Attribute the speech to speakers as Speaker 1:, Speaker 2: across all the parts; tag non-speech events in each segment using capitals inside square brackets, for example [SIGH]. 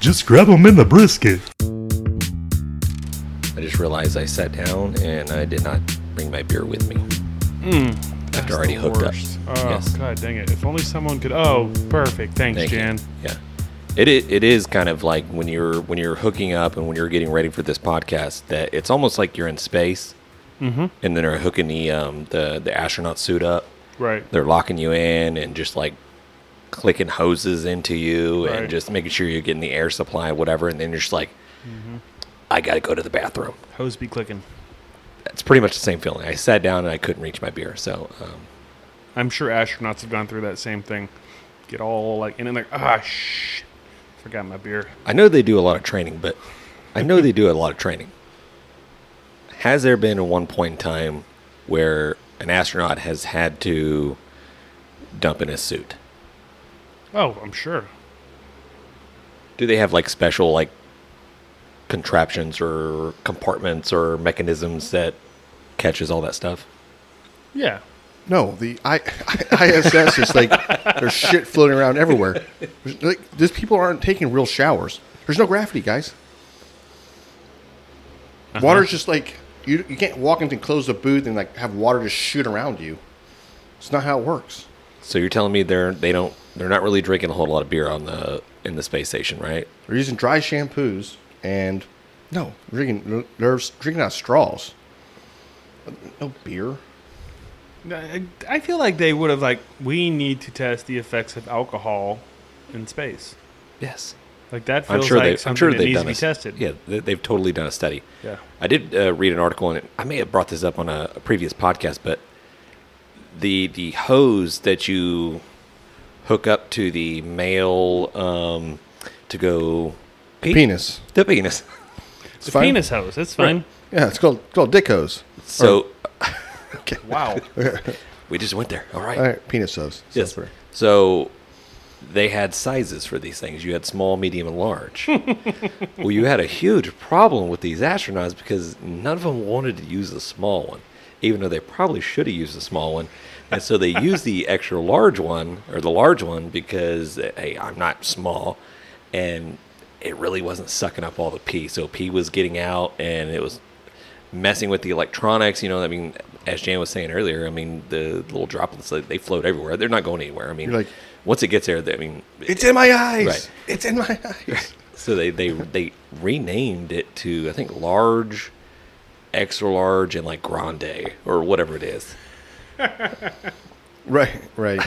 Speaker 1: Just grab them in the brisket.
Speaker 2: I just realized I sat down and I did not bring my beer with me.
Speaker 3: Mm,
Speaker 2: After already hooked up.
Speaker 3: up. Oh
Speaker 2: Yes.
Speaker 3: god, dang it! If only someone could. Oh, perfect. Thanks,
Speaker 2: Thank you.
Speaker 3: Jan.
Speaker 2: Yeah. It, i- it is kind of like when you're when you're hooking up and when you're getting ready for this podcast that it's almost like you're in space
Speaker 3: Mhm.
Speaker 2: and then they're hooking the um the, the astronaut suit up.
Speaker 3: Right.
Speaker 2: They're locking you in and just like clicking hoses into you
Speaker 3: Right.
Speaker 2: and just making sure you're getting the air supply, whatever, and then you're just like
Speaker 3: Mm-hmm.
Speaker 2: I gotta go to the bathroom.
Speaker 3: Hose be clicking.
Speaker 2: It's pretty much the same feeling. I sat down and I couldn't reach my beer. So um,
Speaker 3: I'm sure astronauts have gone through that same thing. Get all like, and then like, ah, shh, forgot my beer.
Speaker 2: I know they do a lot of training, but I know they do a lot of training. Has there been one point in time where an astronaut has had to dump in his suit?
Speaker 3: Oh, I'm sure.
Speaker 2: Do they have like special like contraptions or compartments or mechanisms that catches all that stuff?
Speaker 3: Yeah.
Speaker 4: No, the I, [LAUGHS] ISS is like there's shit floating around everywhere. There's, like these people aren't taking real showers. There's no gravity, guys.
Speaker 3: Uh-huh.
Speaker 4: Water's just like you. You can't walk into close a booth and like have water just shoot around you. It's not how it works.
Speaker 2: So you're telling me they're they don't they're not really drinking a whole lot of beer on the in the space station, right?
Speaker 4: They're using dry shampoos and no drinking. They're drinking out of straws. No beer.
Speaker 3: I I feel like they would have like, we need to test the effects of alcohol in space.
Speaker 2: Yes.
Speaker 3: Like that
Speaker 2: I'm
Speaker 3: feels
Speaker 2: sure
Speaker 3: like
Speaker 2: they.
Speaker 3: something
Speaker 2: I'm sure
Speaker 3: that
Speaker 2: they've
Speaker 3: needs
Speaker 2: done
Speaker 3: to be
Speaker 2: a,
Speaker 3: tested.
Speaker 2: Yeah, they, they've totally done a study.
Speaker 3: Yeah.
Speaker 2: I did uh, read an article, and I may have brought this up on a, a previous podcast, but the the hose that you hook up to the male um, to go pee-
Speaker 4: Penis.
Speaker 2: the penis.
Speaker 4: It's
Speaker 3: The
Speaker 4: fine.
Speaker 3: penis hose. That's fine.
Speaker 4: Yeah, it's called called dickos.
Speaker 2: [LAUGHS] So
Speaker 3: Wow.
Speaker 2: [LAUGHS] we just went there. All right.
Speaker 4: All right, penis hose.
Speaker 2: Yes.
Speaker 4: Sounds
Speaker 2: So they had sizes for these things. You had small, medium, and
Speaker 4: Hmm.
Speaker 2: large. well, you had a huge problem with these astronauts because none of them wanted to use the small one, even though they probably should have used the small one. And so they used
Speaker 4: [LAUGHS]
Speaker 2: the extra large one or the large one because, hey, I'm not small. And it really wasn't sucking up all the pee. So pee was getting out and it was messing with the electronics. You know, I mean, as Jan was saying earlier, I mean, the little droplets, they, they float everywhere. They're not going anywhere. I mean,
Speaker 4: You're like-
Speaker 2: once it gets there, they- I mean,
Speaker 4: It's in my eyes.
Speaker 2: Right.
Speaker 4: It's in my eyes.
Speaker 2: so they, they, they renamed it to, I think, large, extra large, and like grande or whatever it is.
Speaker 4: [LAUGHS] right, right.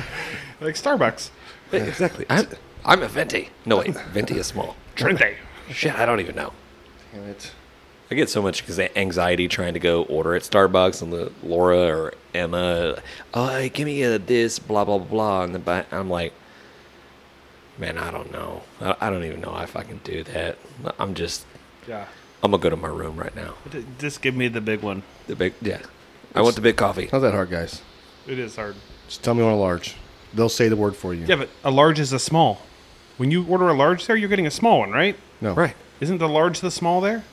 Speaker 3: like Starbucks.
Speaker 2: Exactly. I'm, I'm a venti. No, wait, venti is small.
Speaker 3: Drink they?
Speaker 2: Shit, I don't even know.
Speaker 4: Damn it.
Speaker 2: I get so much 'cause anxiety trying to go order at Starbucks and the Laura or Emma, oh, hey, give me a this blah blah blah, and the ba- I'm like, man, I don't know, I, I don't even know if I can do that. I'm just,
Speaker 3: Yeah.
Speaker 2: I'm gonna go to my room right now.
Speaker 3: D- Just give me the big one.
Speaker 2: The big, yeah, I want the big coffee.
Speaker 4: Not that hard, guys.
Speaker 3: It is hard.
Speaker 4: Just tell me on a large. They'll say the word for you.
Speaker 3: Yeah, but a large is a small. When you order a large there, you're getting a small one, right?
Speaker 4: No.
Speaker 2: Right.
Speaker 3: Isn't the large the small there?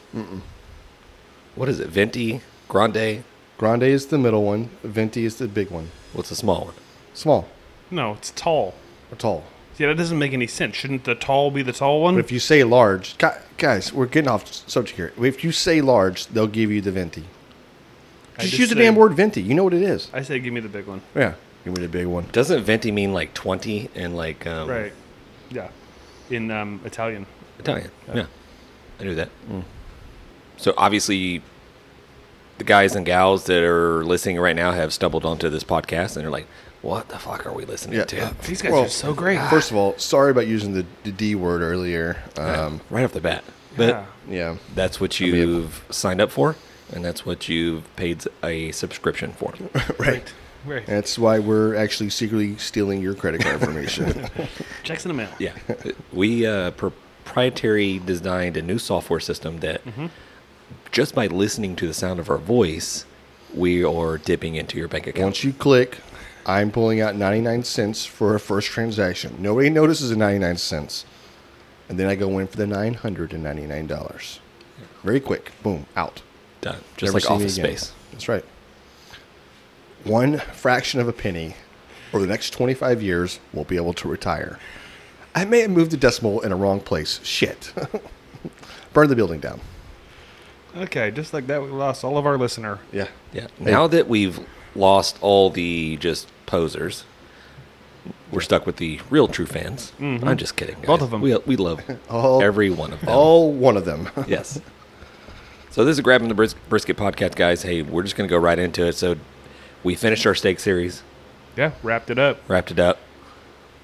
Speaker 2: What is it? Venti, grande.
Speaker 4: Grande is the middle one. Venti is the big one.
Speaker 2: What's the small one?
Speaker 4: Small
Speaker 3: No, it's tall.
Speaker 4: or tall.
Speaker 3: Yeah, that doesn't make any sense. Shouldn't the tall be the tall one?
Speaker 4: But if you say large, gu- guys, we're getting off subject here. If you say large, they'll give you the venti.
Speaker 3: I
Speaker 4: Just
Speaker 3: just
Speaker 4: use the
Speaker 3: say-
Speaker 4: damn word venti. You know what it is.
Speaker 3: I say, give me the big one.
Speaker 4: Yeah. Give me the big one.
Speaker 2: Doesn't venti mean like twenty and like um,
Speaker 3: Right. Yeah. In um, Italian.
Speaker 2: Italian. Yeah. I knew that. Mm. So obviously, the guys and gals that are listening right now have stumbled onto this podcast and they're like, what the fuck are we listening
Speaker 4: Yeah.
Speaker 2: to?
Speaker 3: These guys
Speaker 4: Well,
Speaker 3: are so great.
Speaker 4: First of all, sorry about using the, the D word earlier. Um,
Speaker 2: right off the bat. But
Speaker 3: Yeah.
Speaker 4: yeah.
Speaker 2: that's what you've signed up for and that's what you've paid a subscription for.
Speaker 4: Right.
Speaker 3: Right.
Speaker 4: That's why we're actually secretly stealing your credit card
Speaker 2: [LAUGHS]
Speaker 4: information.
Speaker 3: Checks in the mail.
Speaker 2: yeah. We uh, proprietary designed a new software system that
Speaker 3: Mm-hmm.
Speaker 2: just by listening to the sound of our voice, we are dipping into your bank account.
Speaker 4: Once you click, I'm pulling out 99 cents for a first transaction. Nobody notices the 99 cents. And then I go in for the $999. Very quick. Boom, out.
Speaker 2: Done. Just
Speaker 4: Never
Speaker 2: like
Speaker 4: see me
Speaker 2: office
Speaker 4: again.
Speaker 2: space.
Speaker 4: That's right. One fraction of a penny over the next 25 years, we'll be able to retire. I may have moved the decimal in a wrong place. Shit. [LAUGHS] Burn the building down.
Speaker 3: Okay, just like that, we lost all of our listener.
Speaker 4: Yeah.
Speaker 2: Yeah. Now that we've lost all the just posers, we're stuck with the real true fans. I'm just kidding.
Speaker 3: Mm-hmm. Both
Speaker 2: guys.
Speaker 3: of 'em.
Speaker 2: We, we love
Speaker 4: [LAUGHS] All-
Speaker 2: every one of them.
Speaker 4: All one of [LAUGHS] them.
Speaker 2: yes. So this is grabbing the Bris- brisket podcast, guys. Hey, we're just gonna go right into it. So we finished our steak series,
Speaker 3: Yeah, wrapped it up.
Speaker 2: wrapped it up.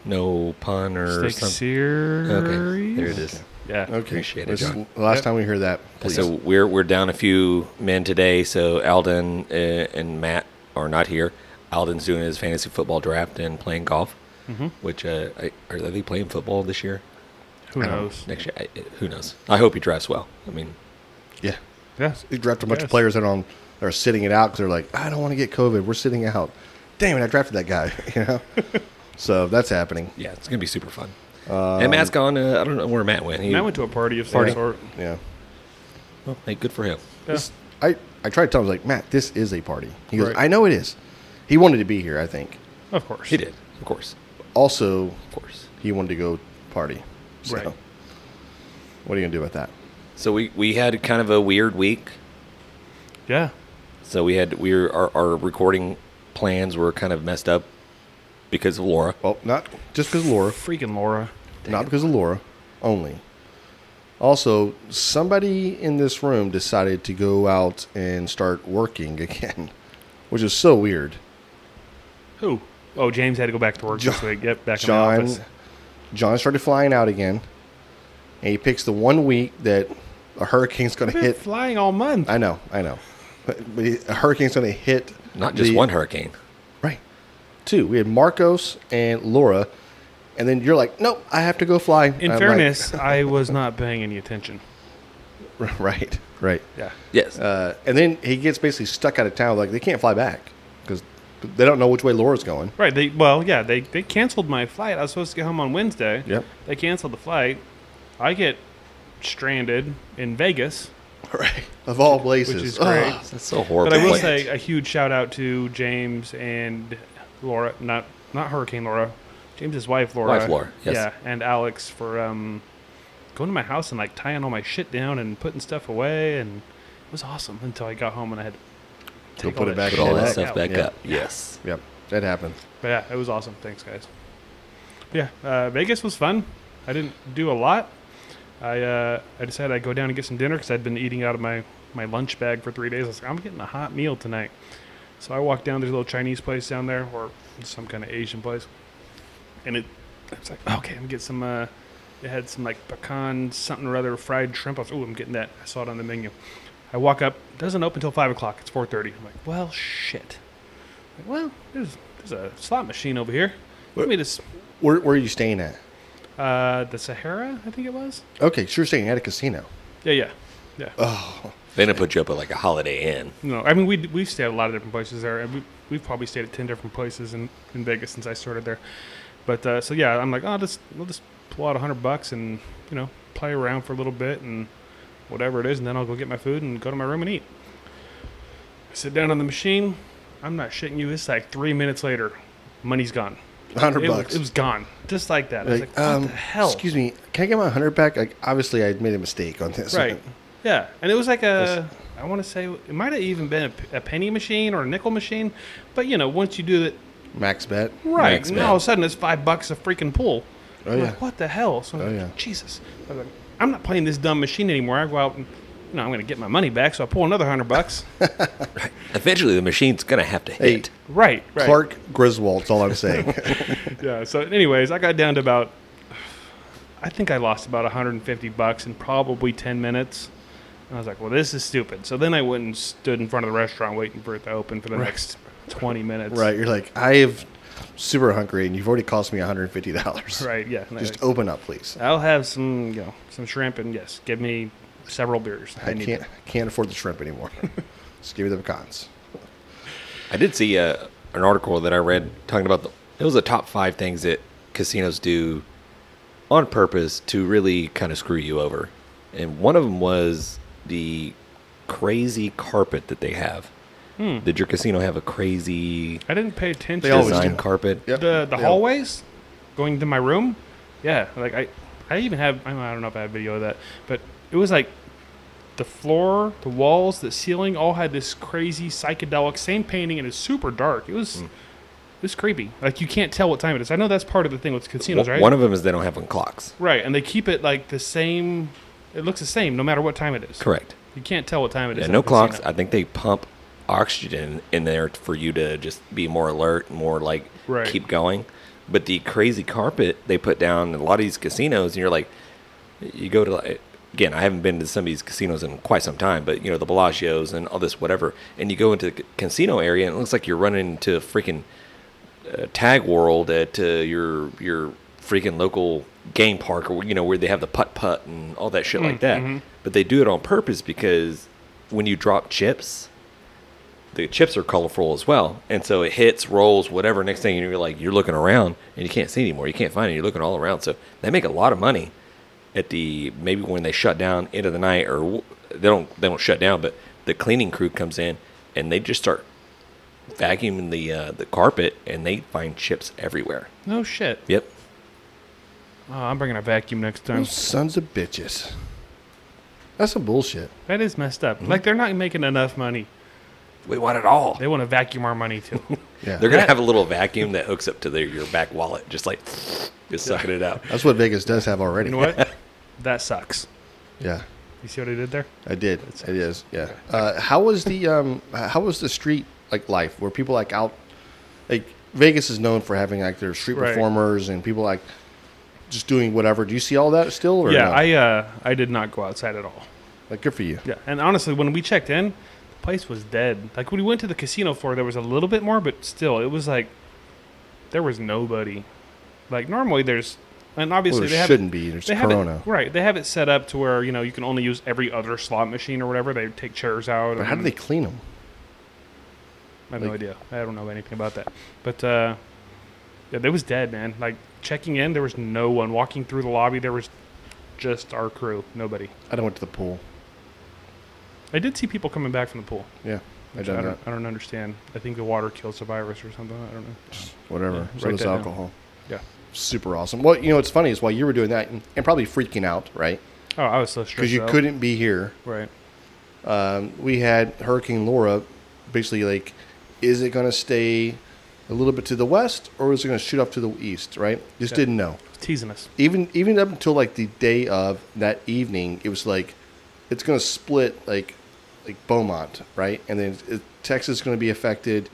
Speaker 2: No pun or
Speaker 3: Steak
Speaker 2: something.
Speaker 3: series.
Speaker 2: Okay, there it is.
Speaker 3: Yeah.
Speaker 2: Appreciate it,
Speaker 4: This is
Speaker 2: John.
Speaker 4: the last
Speaker 3: Yep.
Speaker 4: time we hear that, please.
Speaker 2: So we're we're down a few men today. So Alden uh, and Matt are not here. Alden's doing his fantasy football draft and playing golf. Which uh, I, are they playing football this year?
Speaker 3: Who knows?
Speaker 2: Next year? I, I- who knows? I hope he drafts well. I mean,
Speaker 4: yeah.
Speaker 3: Yeah.
Speaker 4: They drafted a bunch of
Speaker 3: Yes.
Speaker 4: players that are, on, that are sitting it out because they're like, I don't want to get COVID. We're sitting out. Damn it, I drafted that guy. [LAUGHS] You know?
Speaker 3: [LAUGHS]
Speaker 4: so that's happening.
Speaker 2: yeah, it's gonna be super fun. and Matt's gone. Uh, I don't know where Matt went. He,
Speaker 3: And I went to a party of some
Speaker 4: Party.
Speaker 3: sort.
Speaker 4: Yeah.
Speaker 2: well, hey, good for him.
Speaker 3: Yeah.
Speaker 4: This- I, I tried to tell him, I was like, Matt, this is a party. He goes,
Speaker 3: Right.
Speaker 4: I know it is. He wanted to be here, I think.
Speaker 3: Of course.
Speaker 2: He did, of course,
Speaker 4: Also,
Speaker 2: of course.
Speaker 4: he wanted to go party. So,
Speaker 3: Right.
Speaker 4: what are you going to do about that?
Speaker 2: So we we had kind of a weird week.
Speaker 3: Yeah.
Speaker 2: So we had we were, our our recording plans were kind of messed up because of Laura.
Speaker 4: Well, not just because Laura,
Speaker 3: Freaking Laura.
Speaker 4: not because of Laura only. Also, somebody in this room decided to go out and start working [LAUGHS] again, which is so weird.
Speaker 3: Who? Oh, James had to go back to work this week. Yep, back in the
Speaker 4: John,
Speaker 3: office.
Speaker 4: John started flying out again, and he picks the one week that a hurricane's going to
Speaker 3: Been
Speaker 4: hit.
Speaker 3: flying all month.
Speaker 4: I know, I know, but, but a hurricane's going to hit.
Speaker 2: Not just
Speaker 4: the-
Speaker 2: one hurricane.
Speaker 4: Right. Two. We had Marcos and Laura. And then you're like, nope, I have to go fly.
Speaker 3: in
Speaker 4: I'm like,
Speaker 3: fairness, I was not paying any attention.
Speaker 4: [LAUGHS] right, right.
Speaker 3: Yeah.
Speaker 2: Yes.
Speaker 4: Uh, and then he gets basically stuck out of town. Like, they can't fly back because they don't know which way Laura's going.
Speaker 3: Right. They well, yeah. They they canceled my flight. I was supposed to get home on Wednesday.
Speaker 4: Yep.
Speaker 3: They canceled the flight. I get stranded in Vegas,
Speaker 4: Right. Of all places.
Speaker 3: which is
Speaker 4: [LAUGHS] Ugh.
Speaker 3: great.
Speaker 2: That's so horrible.
Speaker 3: but I will
Speaker 2: Like,
Speaker 3: say a huge shout out to James and Laura. Not not Hurricane Laura. James's wife Laura.
Speaker 2: Wife, Laura, yes.
Speaker 3: Yeah, and Alex for um, going to my house and like tying all my shit down and putting stuff away, and it was awesome until I got home and I had. to
Speaker 4: Go
Speaker 3: take
Speaker 4: put it back
Speaker 2: put
Speaker 3: shit
Speaker 2: all that
Speaker 4: Yeah.
Speaker 2: stuff back
Speaker 4: Yeah.
Speaker 2: up. Yes.
Speaker 4: Yep. That happened.
Speaker 3: But yeah, it was awesome. Thanks, guys. Yeah, uh, Vegas was fun. I didn't do a lot. I uh, I decided I'd go down and get some dinner because I'd been eating out of my, my lunch bag for three days. I was like, I'm getting a hot meal tonight. So I walked down. There's a little Chinese place down there, or some kind of Asian place. And it, I was like, okay, I'm gonna get some. Uh, it had some like pecan something or other fried shrimp. I was, oh, I'm getting that. I saw it on the menu. I walk up. Doesn't open until five o'clock. It's four thirty. I'm like, well, shit. Like, well, there's there's a slot machine over here. Let
Speaker 4: What-
Speaker 3: me just
Speaker 4: Where, where are you staying at?
Speaker 3: uh, the Sahara, I think it was.
Speaker 4: Okay, so you're staying at a casino.
Speaker 3: Yeah, yeah, yeah.
Speaker 2: They didn't put you up at like a Holiday Inn.
Speaker 3: no, I mean we we've stayed at a lot of different places there, and we we've probably stayed at ten different places in, in Vegas since I started there. But uh, so yeah, I'm like, oh, just we'll just pull out a hundred bucks and you know play around for a little bit and whatever it is, and then I'll go get my food and go to my room and eat. I sit down on the machine. I'm not shitting you. It's like three minutes later, money's gone.
Speaker 4: 100
Speaker 3: It, was-
Speaker 4: bucks.
Speaker 3: it was gone, just like that. I was like, what
Speaker 4: um,
Speaker 3: the hell?
Speaker 4: Excuse me. Can I get my 100 back? Like, obviously, I made a mistake on this.
Speaker 3: Right. Yeah, and it was like a. I want to say it might have even been a p- a, penny machine or a nickel machine, but you know, once you do that,
Speaker 4: [LAUGHS] Max bet.
Speaker 3: right?
Speaker 2: Max
Speaker 3: and all
Speaker 2: bet.
Speaker 3: of a sudden, it's five bucks a freaking pull.
Speaker 4: Oh,
Speaker 3: I'm
Speaker 4: yeah.
Speaker 3: like, what the hell? So I'm
Speaker 4: Oh,
Speaker 3: like,
Speaker 4: yeah.
Speaker 3: Jesus. I was like, I'm not playing this dumb machine anymore. I go out and, you know, I'm going to get my money back. So I pull another hundred
Speaker 4: [LAUGHS]
Speaker 3: bucks.
Speaker 2: Eventually, the machine's gonna have to
Speaker 4: Hey,
Speaker 2: hit.
Speaker 3: right. Right.
Speaker 4: Clark Griswold's all I'm saying. [LAUGHS]
Speaker 3: Yeah. So, anyways, I got down to about. I think I lost about 150 bucks in probably 10 minutes. And I was like, well, this is stupid. So then I went and stood in front of the restaurant waiting for it to open for the next 20 minutes.
Speaker 4: Right. You're like, I have super hungry and you've already cost me $150.
Speaker 3: Right. Yeah. And I
Speaker 4: Just
Speaker 3: was-
Speaker 4: open up, please.
Speaker 3: I'll have some, you know, some shrimp and yes, give me several beers.
Speaker 4: I
Speaker 3: need
Speaker 4: can't
Speaker 3: them.
Speaker 4: I can't afford the shrimp anymore. [LAUGHS] Just give me the pecans.
Speaker 2: I did see uh, an article that I read talking about the. It was the top five things that casinos do on purpose to really kind of screw you over, and one of them was the crazy carpet that they have. Did your casino have a crazy
Speaker 3: I didn't pay attention.
Speaker 4: Hmm. They always
Speaker 2: design
Speaker 4: do.
Speaker 2: carpet?
Speaker 4: Yep.
Speaker 3: the the
Speaker 4: Yeah.
Speaker 3: hallways, going to my room. Yeah, like I, I even have. I don't- I don't know if I have video of that, but it was like the floor, the walls, the ceiling all had this crazy psychedelic same painting, and it's super dark. It was. It was creepy. Like you can't tell what time it is. I know that's part of the thing with casinos, right?
Speaker 2: One of them is they don't have on clocks.
Speaker 3: right, and they keep it like the same. It looks the same no matter what time it is.
Speaker 2: Correct.
Speaker 3: You can't tell what time it is.
Speaker 2: Yeah,
Speaker 3: at a
Speaker 2: no clocks.
Speaker 3: casino.
Speaker 2: I think they pump oxygen in there for you to just be more alert, more like
Speaker 3: Right.
Speaker 2: keep going. But the crazy carpet they put down in a lot of these casinos, and you're like, you go to like, again, I haven't been to some of these casinos in quite some time, but you know the Bellagios and all this whatever, and you go into the ca- casino area, and it looks like you're running into a freaking uh, tag world at uh, your your freaking local game park or you know where they have the putt putt and all that shit like that. But they do it on purpose because when you drop chips, the chips are colorful as well, and so it hits, rolls, whatever. Next thing you're like you're looking around and you can't see anymore. You can't find it. You're looking all around, so they make a lot of money at the maybe when they shut down end of the night or w- they don't they don't shut down, but the cleaning crew comes in and they just start vacuuming the uh, the carpet, and they find chips everywhere.
Speaker 3: No shit.
Speaker 2: Yep.
Speaker 3: Oh, I'm bringing a vacuum next time.
Speaker 4: Those sons of bitches. That's some bullshit.
Speaker 3: That is messed up.
Speaker 2: Mm-hmm.
Speaker 3: Like they're not making enough money.
Speaker 2: We want it all.
Speaker 3: They want to vacuum our money too.
Speaker 4: Yeah.
Speaker 2: They're gonna have a little vacuum that hooks up to their, your back wallet, just like just sucking it out.
Speaker 4: That's what Vegas does have already.
Speaker 3: you know
Speaker 4: [LAUGHS]
Speaker 3: what? That sucks.
Speaker 4: Yeah.
Speaker 3: You see what I did there?
Speaker 4: I did. It is. Yeah. Uh, how was the um? h- How was the street like life? Were people like out? Like Vegas is known for having like their street
Speaker 3: Right.
Speaker 4: performers and people like just doing whatever. Do you see all that still? Or
Speaker 3: yeah,
Speaker 4: no?
Speaker 3: I uh, I did not go outside at all.
Speaker 4: like good for you.
Speaker 3: Yeah, and honestly, when we checked in, the place was dead. Like when we went to the casino floor, there was a little bit more, but still, it was like there was nobody. Like normally, there's and
Speaker 4: Well,
Speaker 3: obviously
Speaker 4: there
Speaker 3: they have
Speaker 4: shouldn't be. There's
Speaker 3: They
Speaker 4: Corona.
Speaker 3: have it right. They have it set up to where you know you can only use every other slot machine or whatever. They take chairs out.
Speaker 4: But how do
Speaker 3: and-
Speaker 4: they clean them?
Speaker 3: I have no
Speaker 4: Like-
Speaker 3: idea. I don't know anything about that. But uh, yeah, they was dead, man. Like checking in, there was no one walking through the lobby. There was just our crew, nobody.
Speaker 4: I don't went to the pool.
Speaker 3: I did see people coming back from the pool.
Speaker 4: Yeah, I
Speaker 3: which I
Speaker 4: done
Speaker 3: don't.
Speaker 4: that.
Speaker 3: I don't understand. I think the water kills the virus or something. I don't know.
Speaker 4: Whatever.
Speaker 3: Yeah,
Speaker 4: so
Speaker 3: write
Speaker 4: does
Speaker 3: that down.
Speaker 4: alcohol.
Speaker 3: Yeah.
Speaker 4: Super awesome. Well, you know what's funny is while you were doing that and, and probably freaking out, right?
Speaker 3: Oh, I was so stressed.
Speaker 4: Because you
Speaker 3: out.
Speaker 4: couldn't be here.
Speaker 3: Right.
Speaker 4: um, we had Hurricane Laura basically like, is it going to stay a little bit to the west or is it going to shoot off to the east, right? Just
Speaker 3: Yeah.
Speaker 4: didn't know.
Speaker 3: It was teasing us.
Speaker 4: Even even up until like the day of that evening, it was like it's going to split like like Beaumont, right? And then it, Texas is going to be affected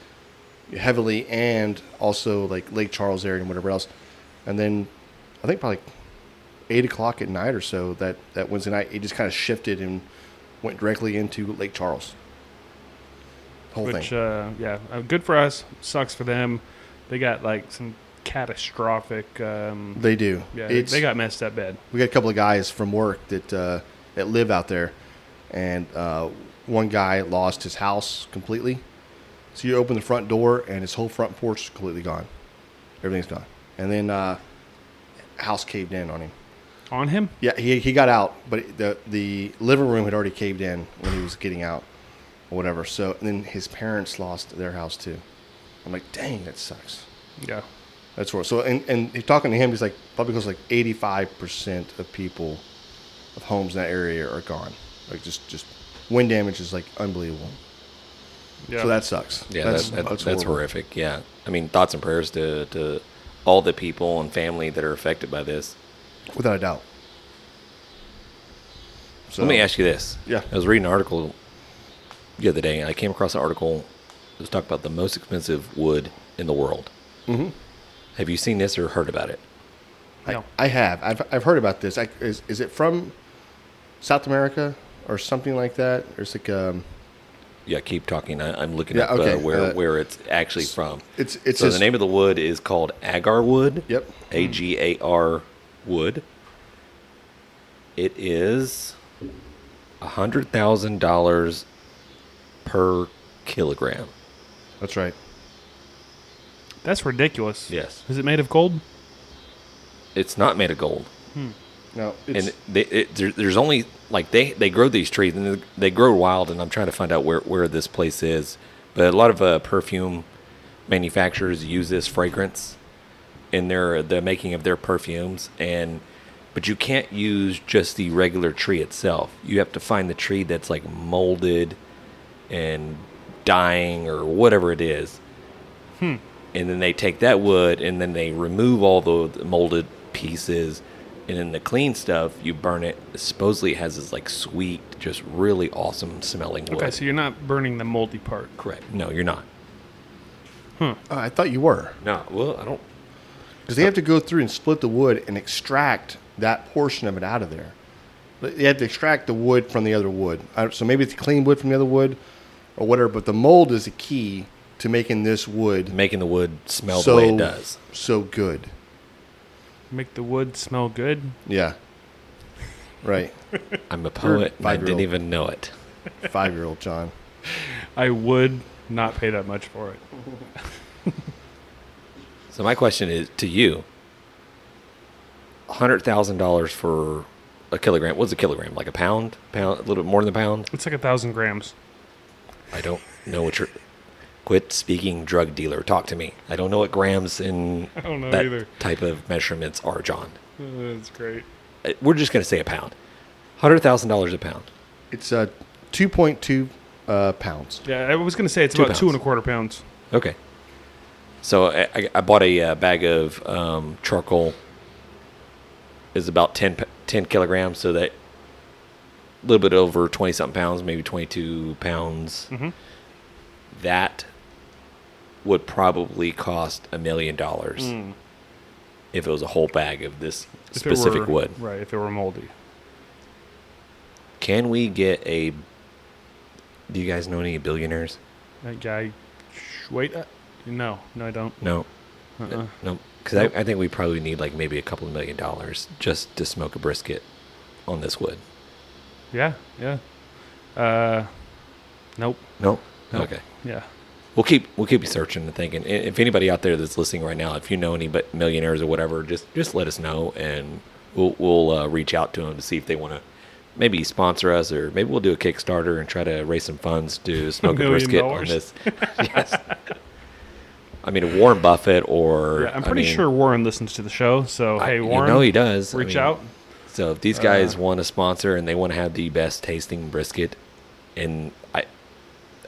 Speaker 4: heavily and also like Lake Charles area and whatever else. And then I think probably eight o'clock at night or so that, that Wednesday night, it just kind of shifted and went directly into Lake Charles. Whole
Speaker 3: Which,
Speaker 4: thing.
Speaker 3: uh, yeah, uh, good for us. Sucks for them. They got like some catastrophic. Um,
Speaker 4: they do.
Speaker 3: yeah, they-
Speaker 4: It's-
Speaker 3: they got messed up bad.
Speaker 4: we got a couple of guys from work that uh, that live out there, and uh, one guy lost his house completely. So you open the front door, and his whole front porch is completely gone. Everything's gone, and then uh, house caved in on him.
Speaker 3: On him.
Speaker 4: Yeah, he, he got out, but the the living room had already caved in when he was getting out, or whatever. So and then his parents lost their house too. I'm like, dang, that sucks.
Speaker 3: Yeah.
Speaker 4: That's where. So, and and he- talking to him, he's like, probably goes like eighty five percent of people of homes in that area are gone. Like just just wind damage is like unbelievable.
Speaker 3: Yeah.
Speaker 4: So that sucks.
Speaker 2: Yeah, that's that, that's, horrific. Yeah, I mean, thoughts and prayers to to all the people and family that are affected by this.
Speaker 4: without a doubt. So
Speaker 2: Let me ask you this.
Speaker 4: Yeah.
Speaker 2: I was reading an article the other day, and I came across an article that was talking about the most expensive wood in the world. Mm-hmm. Have you seen this or heard about it?
Speaker 3: no.
Speaker 4: I have. I've I've heard about this. I, is is it from South America or something like that? Or it's like um,
Speaker 2: Yeah, keep talking. I, I'm looking
Speaker 4: Yeah,
Speaker 2: up
Speaker 4: okay,
Speaker 2: uh, where
Speaker 4: uh,
Speaker 2: where it's actually from.
Speaker 4: it's it's
Speaker 2: so
Speaker 4: this-
Speaker 2: the name of the wood is called agar wood.
Speaker 4: Yep.
Speaker 2: A G A R wood. It is a hundred thousand dollars per kilogram.
Speaker 4: That's right.
Speaker 3: That's ridiculous.
Speaker 2: Yes.
Speaker 3: Is it made of gold?
Speaker 2: It's not made of gold,
Speaker 4: No, it's,
Speaker 2: and they, it, there, there's only like they they grow these trees and they grow wild. And I'm trying to find out where where this place is, but a lot of uh, perfume manufacturers use this fragrance in their the making of their perfumes and but you can't use just the regular tree itself. You have to find the tree that's like molded and dying or whatever it is. Hmm. And then they take that wood and then they remove all the molded pieces and then the clean stuff you burn it. Supposedly it has this like sweet, just really awesome smelling wood.
Speaker 3: Okay, so you're not burning the moldy part.
Speaker 2: Correct. No, you're not.
Speaker 4: Uh, I thought you were.
Speaker 2: No, well, I don't
Speaker 4: Because they have to go through and split the wood and extract that portion of it out of there. But They have to extract the wood from the other wood. I- So maybe it's clean wood from the other wood or whatever, but the mold is the key to making this wood
Speaker 2: making the wood smell the
Speaker 4: so,
Speaker 2: way it does.
Speaker 4: so good.
Speaker 3: Make the wood smell good.
Speaker 4: Yeah. Right. [LAUGHS]
Speaker 2: I'm a poet and I didn't
Speaker 4: five-year-old.
Speaker 2: even know it.
Speaker 4: Five year old John.
Speaker 3: I would not pay that much for it.
Speaker 2: So my question is to you: hundred thousand dollars for a kilogram? What's a kilogram? Like a pound? Pound? A little bit more than a pound?
Speaker 3: It's like a thousand grams.
Speaker 2: I don't know what you're. Quit speaking, drug dealer. Talk to me. I don't know what grams in
Speaker 3: [LAUGHS] I don't know
Speaker 2: that
Speaker 3: either.
Speaker 2: type of measurements are, John.
Speaker 3: Uh, That's great.
Speaker 2: Uh, We're just gonna say a pound. Hundred thousand dollars a pound.
Speaker 4: It's uh, 2.2 uh, pounds.
Speaker 3: Yeah, I was gonna say it's
Speaker 2: Two
Speaker 3: about two
Speaker 2: pounds.
Speaker 3: and a quarter pounds.
Speaker 2: Okay. So I, I- I bought a uh, bag of um, charcoal. Is about 10, p- 10 kilograms, so that a little bit over twenty something pounds, maybe twenty two pounds.
Speaker 3: Mhm.
Speaker 2: That would probably cost a million dollars if it was a whole bag of this
Speaker 3: Hmm. If it
Speaker 2: specific
Speaker 3: were-
Speaker 2: wood.
Speaker 3: Right, if it were moldy.
Speaker 2: Can we get a? Do you guys know any billionaires?
Speaker 3: That guy. Wait. Uh, no, no, I don't.
Speaker 2: No.
Speaker 3: Uh-uh.
Speaker 2: No, because I, I think we probably need like maybe a couple of million dollars just to smoke a brisket on this wood.
Speaker 3: Yeah, yeah. Uh, nope.
Speaker 2: No.
Speaker 3: Nope.
Speaker 2: Okay.
Speaker 3: Yeah.
Speaker 2: We'll keep we'll keep searching and thinking. I- If anybody out there that's listening right now, if you know any but millionaires or whatever, just just let us know and we'll we'll uh, reach out to them to see if they want to maybe sponsor us or maybe we'll do a Kickstarter and try to raise some funds
Speaker 3: [LAUGHS]
Speaker 2: to smoke a,
Speaker 3: million
Speaker 2: brisket
Speaker 3: dollars.
Speaker 2: on
Speaker 3: [LAUGHS]
Speaker 2: this. yes. I mean, Warren Buffett or
Speaker 3: yeah. I'm
Speaker 2: I
Speaker 3: pretty
Speaker 2: mean,
Speaker 3: sure Warren listens to the show. So
Speaker 2: I-
Speaker 3: hey, Warren,
Speaker 2: you know he does. I
Speaker 3: reach
Speaker 2: mean,
Speaker 3: out. Uh.
Speaker 2: So if these guys want to sponsor and they want to have the best tasting brisket in I,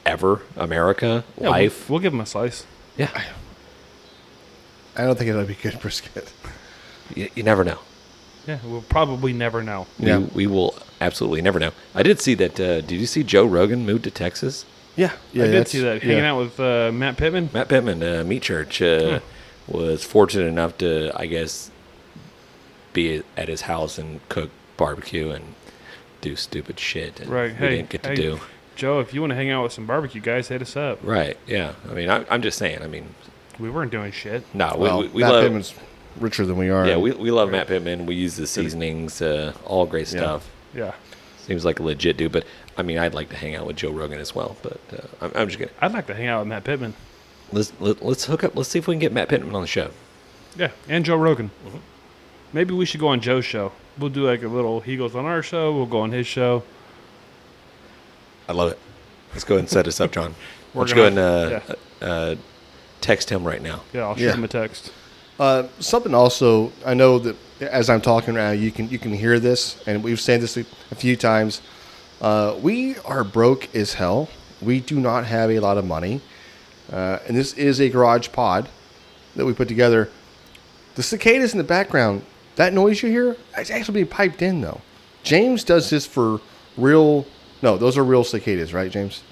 Speaker 2: ever America
Speaker 3: Yeah, we'll-
Speaker 2: life,
Speaker 3: We'll, give him a slice.
Speaker 2: yeah,
Speaker 4: I don't think it'll be good brisket.
Speaker 2: you, you never know.
Speaker 3: Yeah, we'll probably never know.
Speaker 4: Yeah.
Speaker 2: We, we will absolutely never know. I did see that. Uh, did you see Joe Rogan moved to Texas?
Speaker 4: Yeah. yeah
Speaker 3: I did
Speaker 4: that's-
Speaker 3: see that
Speaker 4: yeah.
Speaker 3: hanging out with uh, Matt Pittman.
Speaker 2: Matt Pittman, uh, Meat Church,
Speaker 3: Hmm.
Speaker 2: uh, was fortunate enough to, I guess, be at his house and cook barbecue and do stupid shit. that
Speaker 3: Right.
Speaker 2: We
Speaker 3: hey,
Speaker 2: didn't get to
Speaker 3: hey,
Speaker 2: do.
Speaker 3: Joe, if you want to hang out with some barbecue guys, hit us up.
Speaker 2: Right. Yeah. I mean, I, I'm just saying. I mean,
Speaker 3: We weren't doing shit.
Speaker 2: no, we,
Speaker 4: Well,
Speaker 2: we, we
Speaker 4: Matt
Speaker 2: love.
Speaker 4: Pittman's richer than we are.
Speaker 2: Yeah, we, we love Matt Pittman. We use the seasonings, uh, all great
Speaker 4: Yeah.
Speaker 2: stuff.
Speaker 3: Yeah.
Speaker 2: Seems like a legit dude, but I mean, I'd like to hang out with Joe Rogan as well. But uh, I'm, I'm just gonna
Speaker 3: I'd like to hang out with Matt Pittman.
Speaker 2: let's let, let's hook up. Let's see if we can get Matt Pittman on the show.
Speaker 3: Yeah, and Joe Rogan.
Speaker 2: Mm-hmm.
Speaker 3: Maybe we should go on Joe's show. We'll do like a little. He goes on our show. We'll go on his show.
Speaker 2: I love it. Let's go ahead and set us up, [LAUGHS] John.
Speaker 3: We're
Speaker 2: let's go and
Speaker 3: gonna-
Speaker 2: uh, uh, text him right now.
Speaker 3: Yeah, I'll shoot
Speaker 4: Yeah.
Speaker 3: him a text.
Speaker 4: Uh, something also I know that as I'm talking right now, you can you can hear this, and we've said this a few times. Uh, we are broke as hell. We do not have a lot of money, uh, and this is a garage pod that we put together. The cicadas in the background, that noise you hear, it's actually being piped in though. James does this for real. No, those are real cicadas, right, James?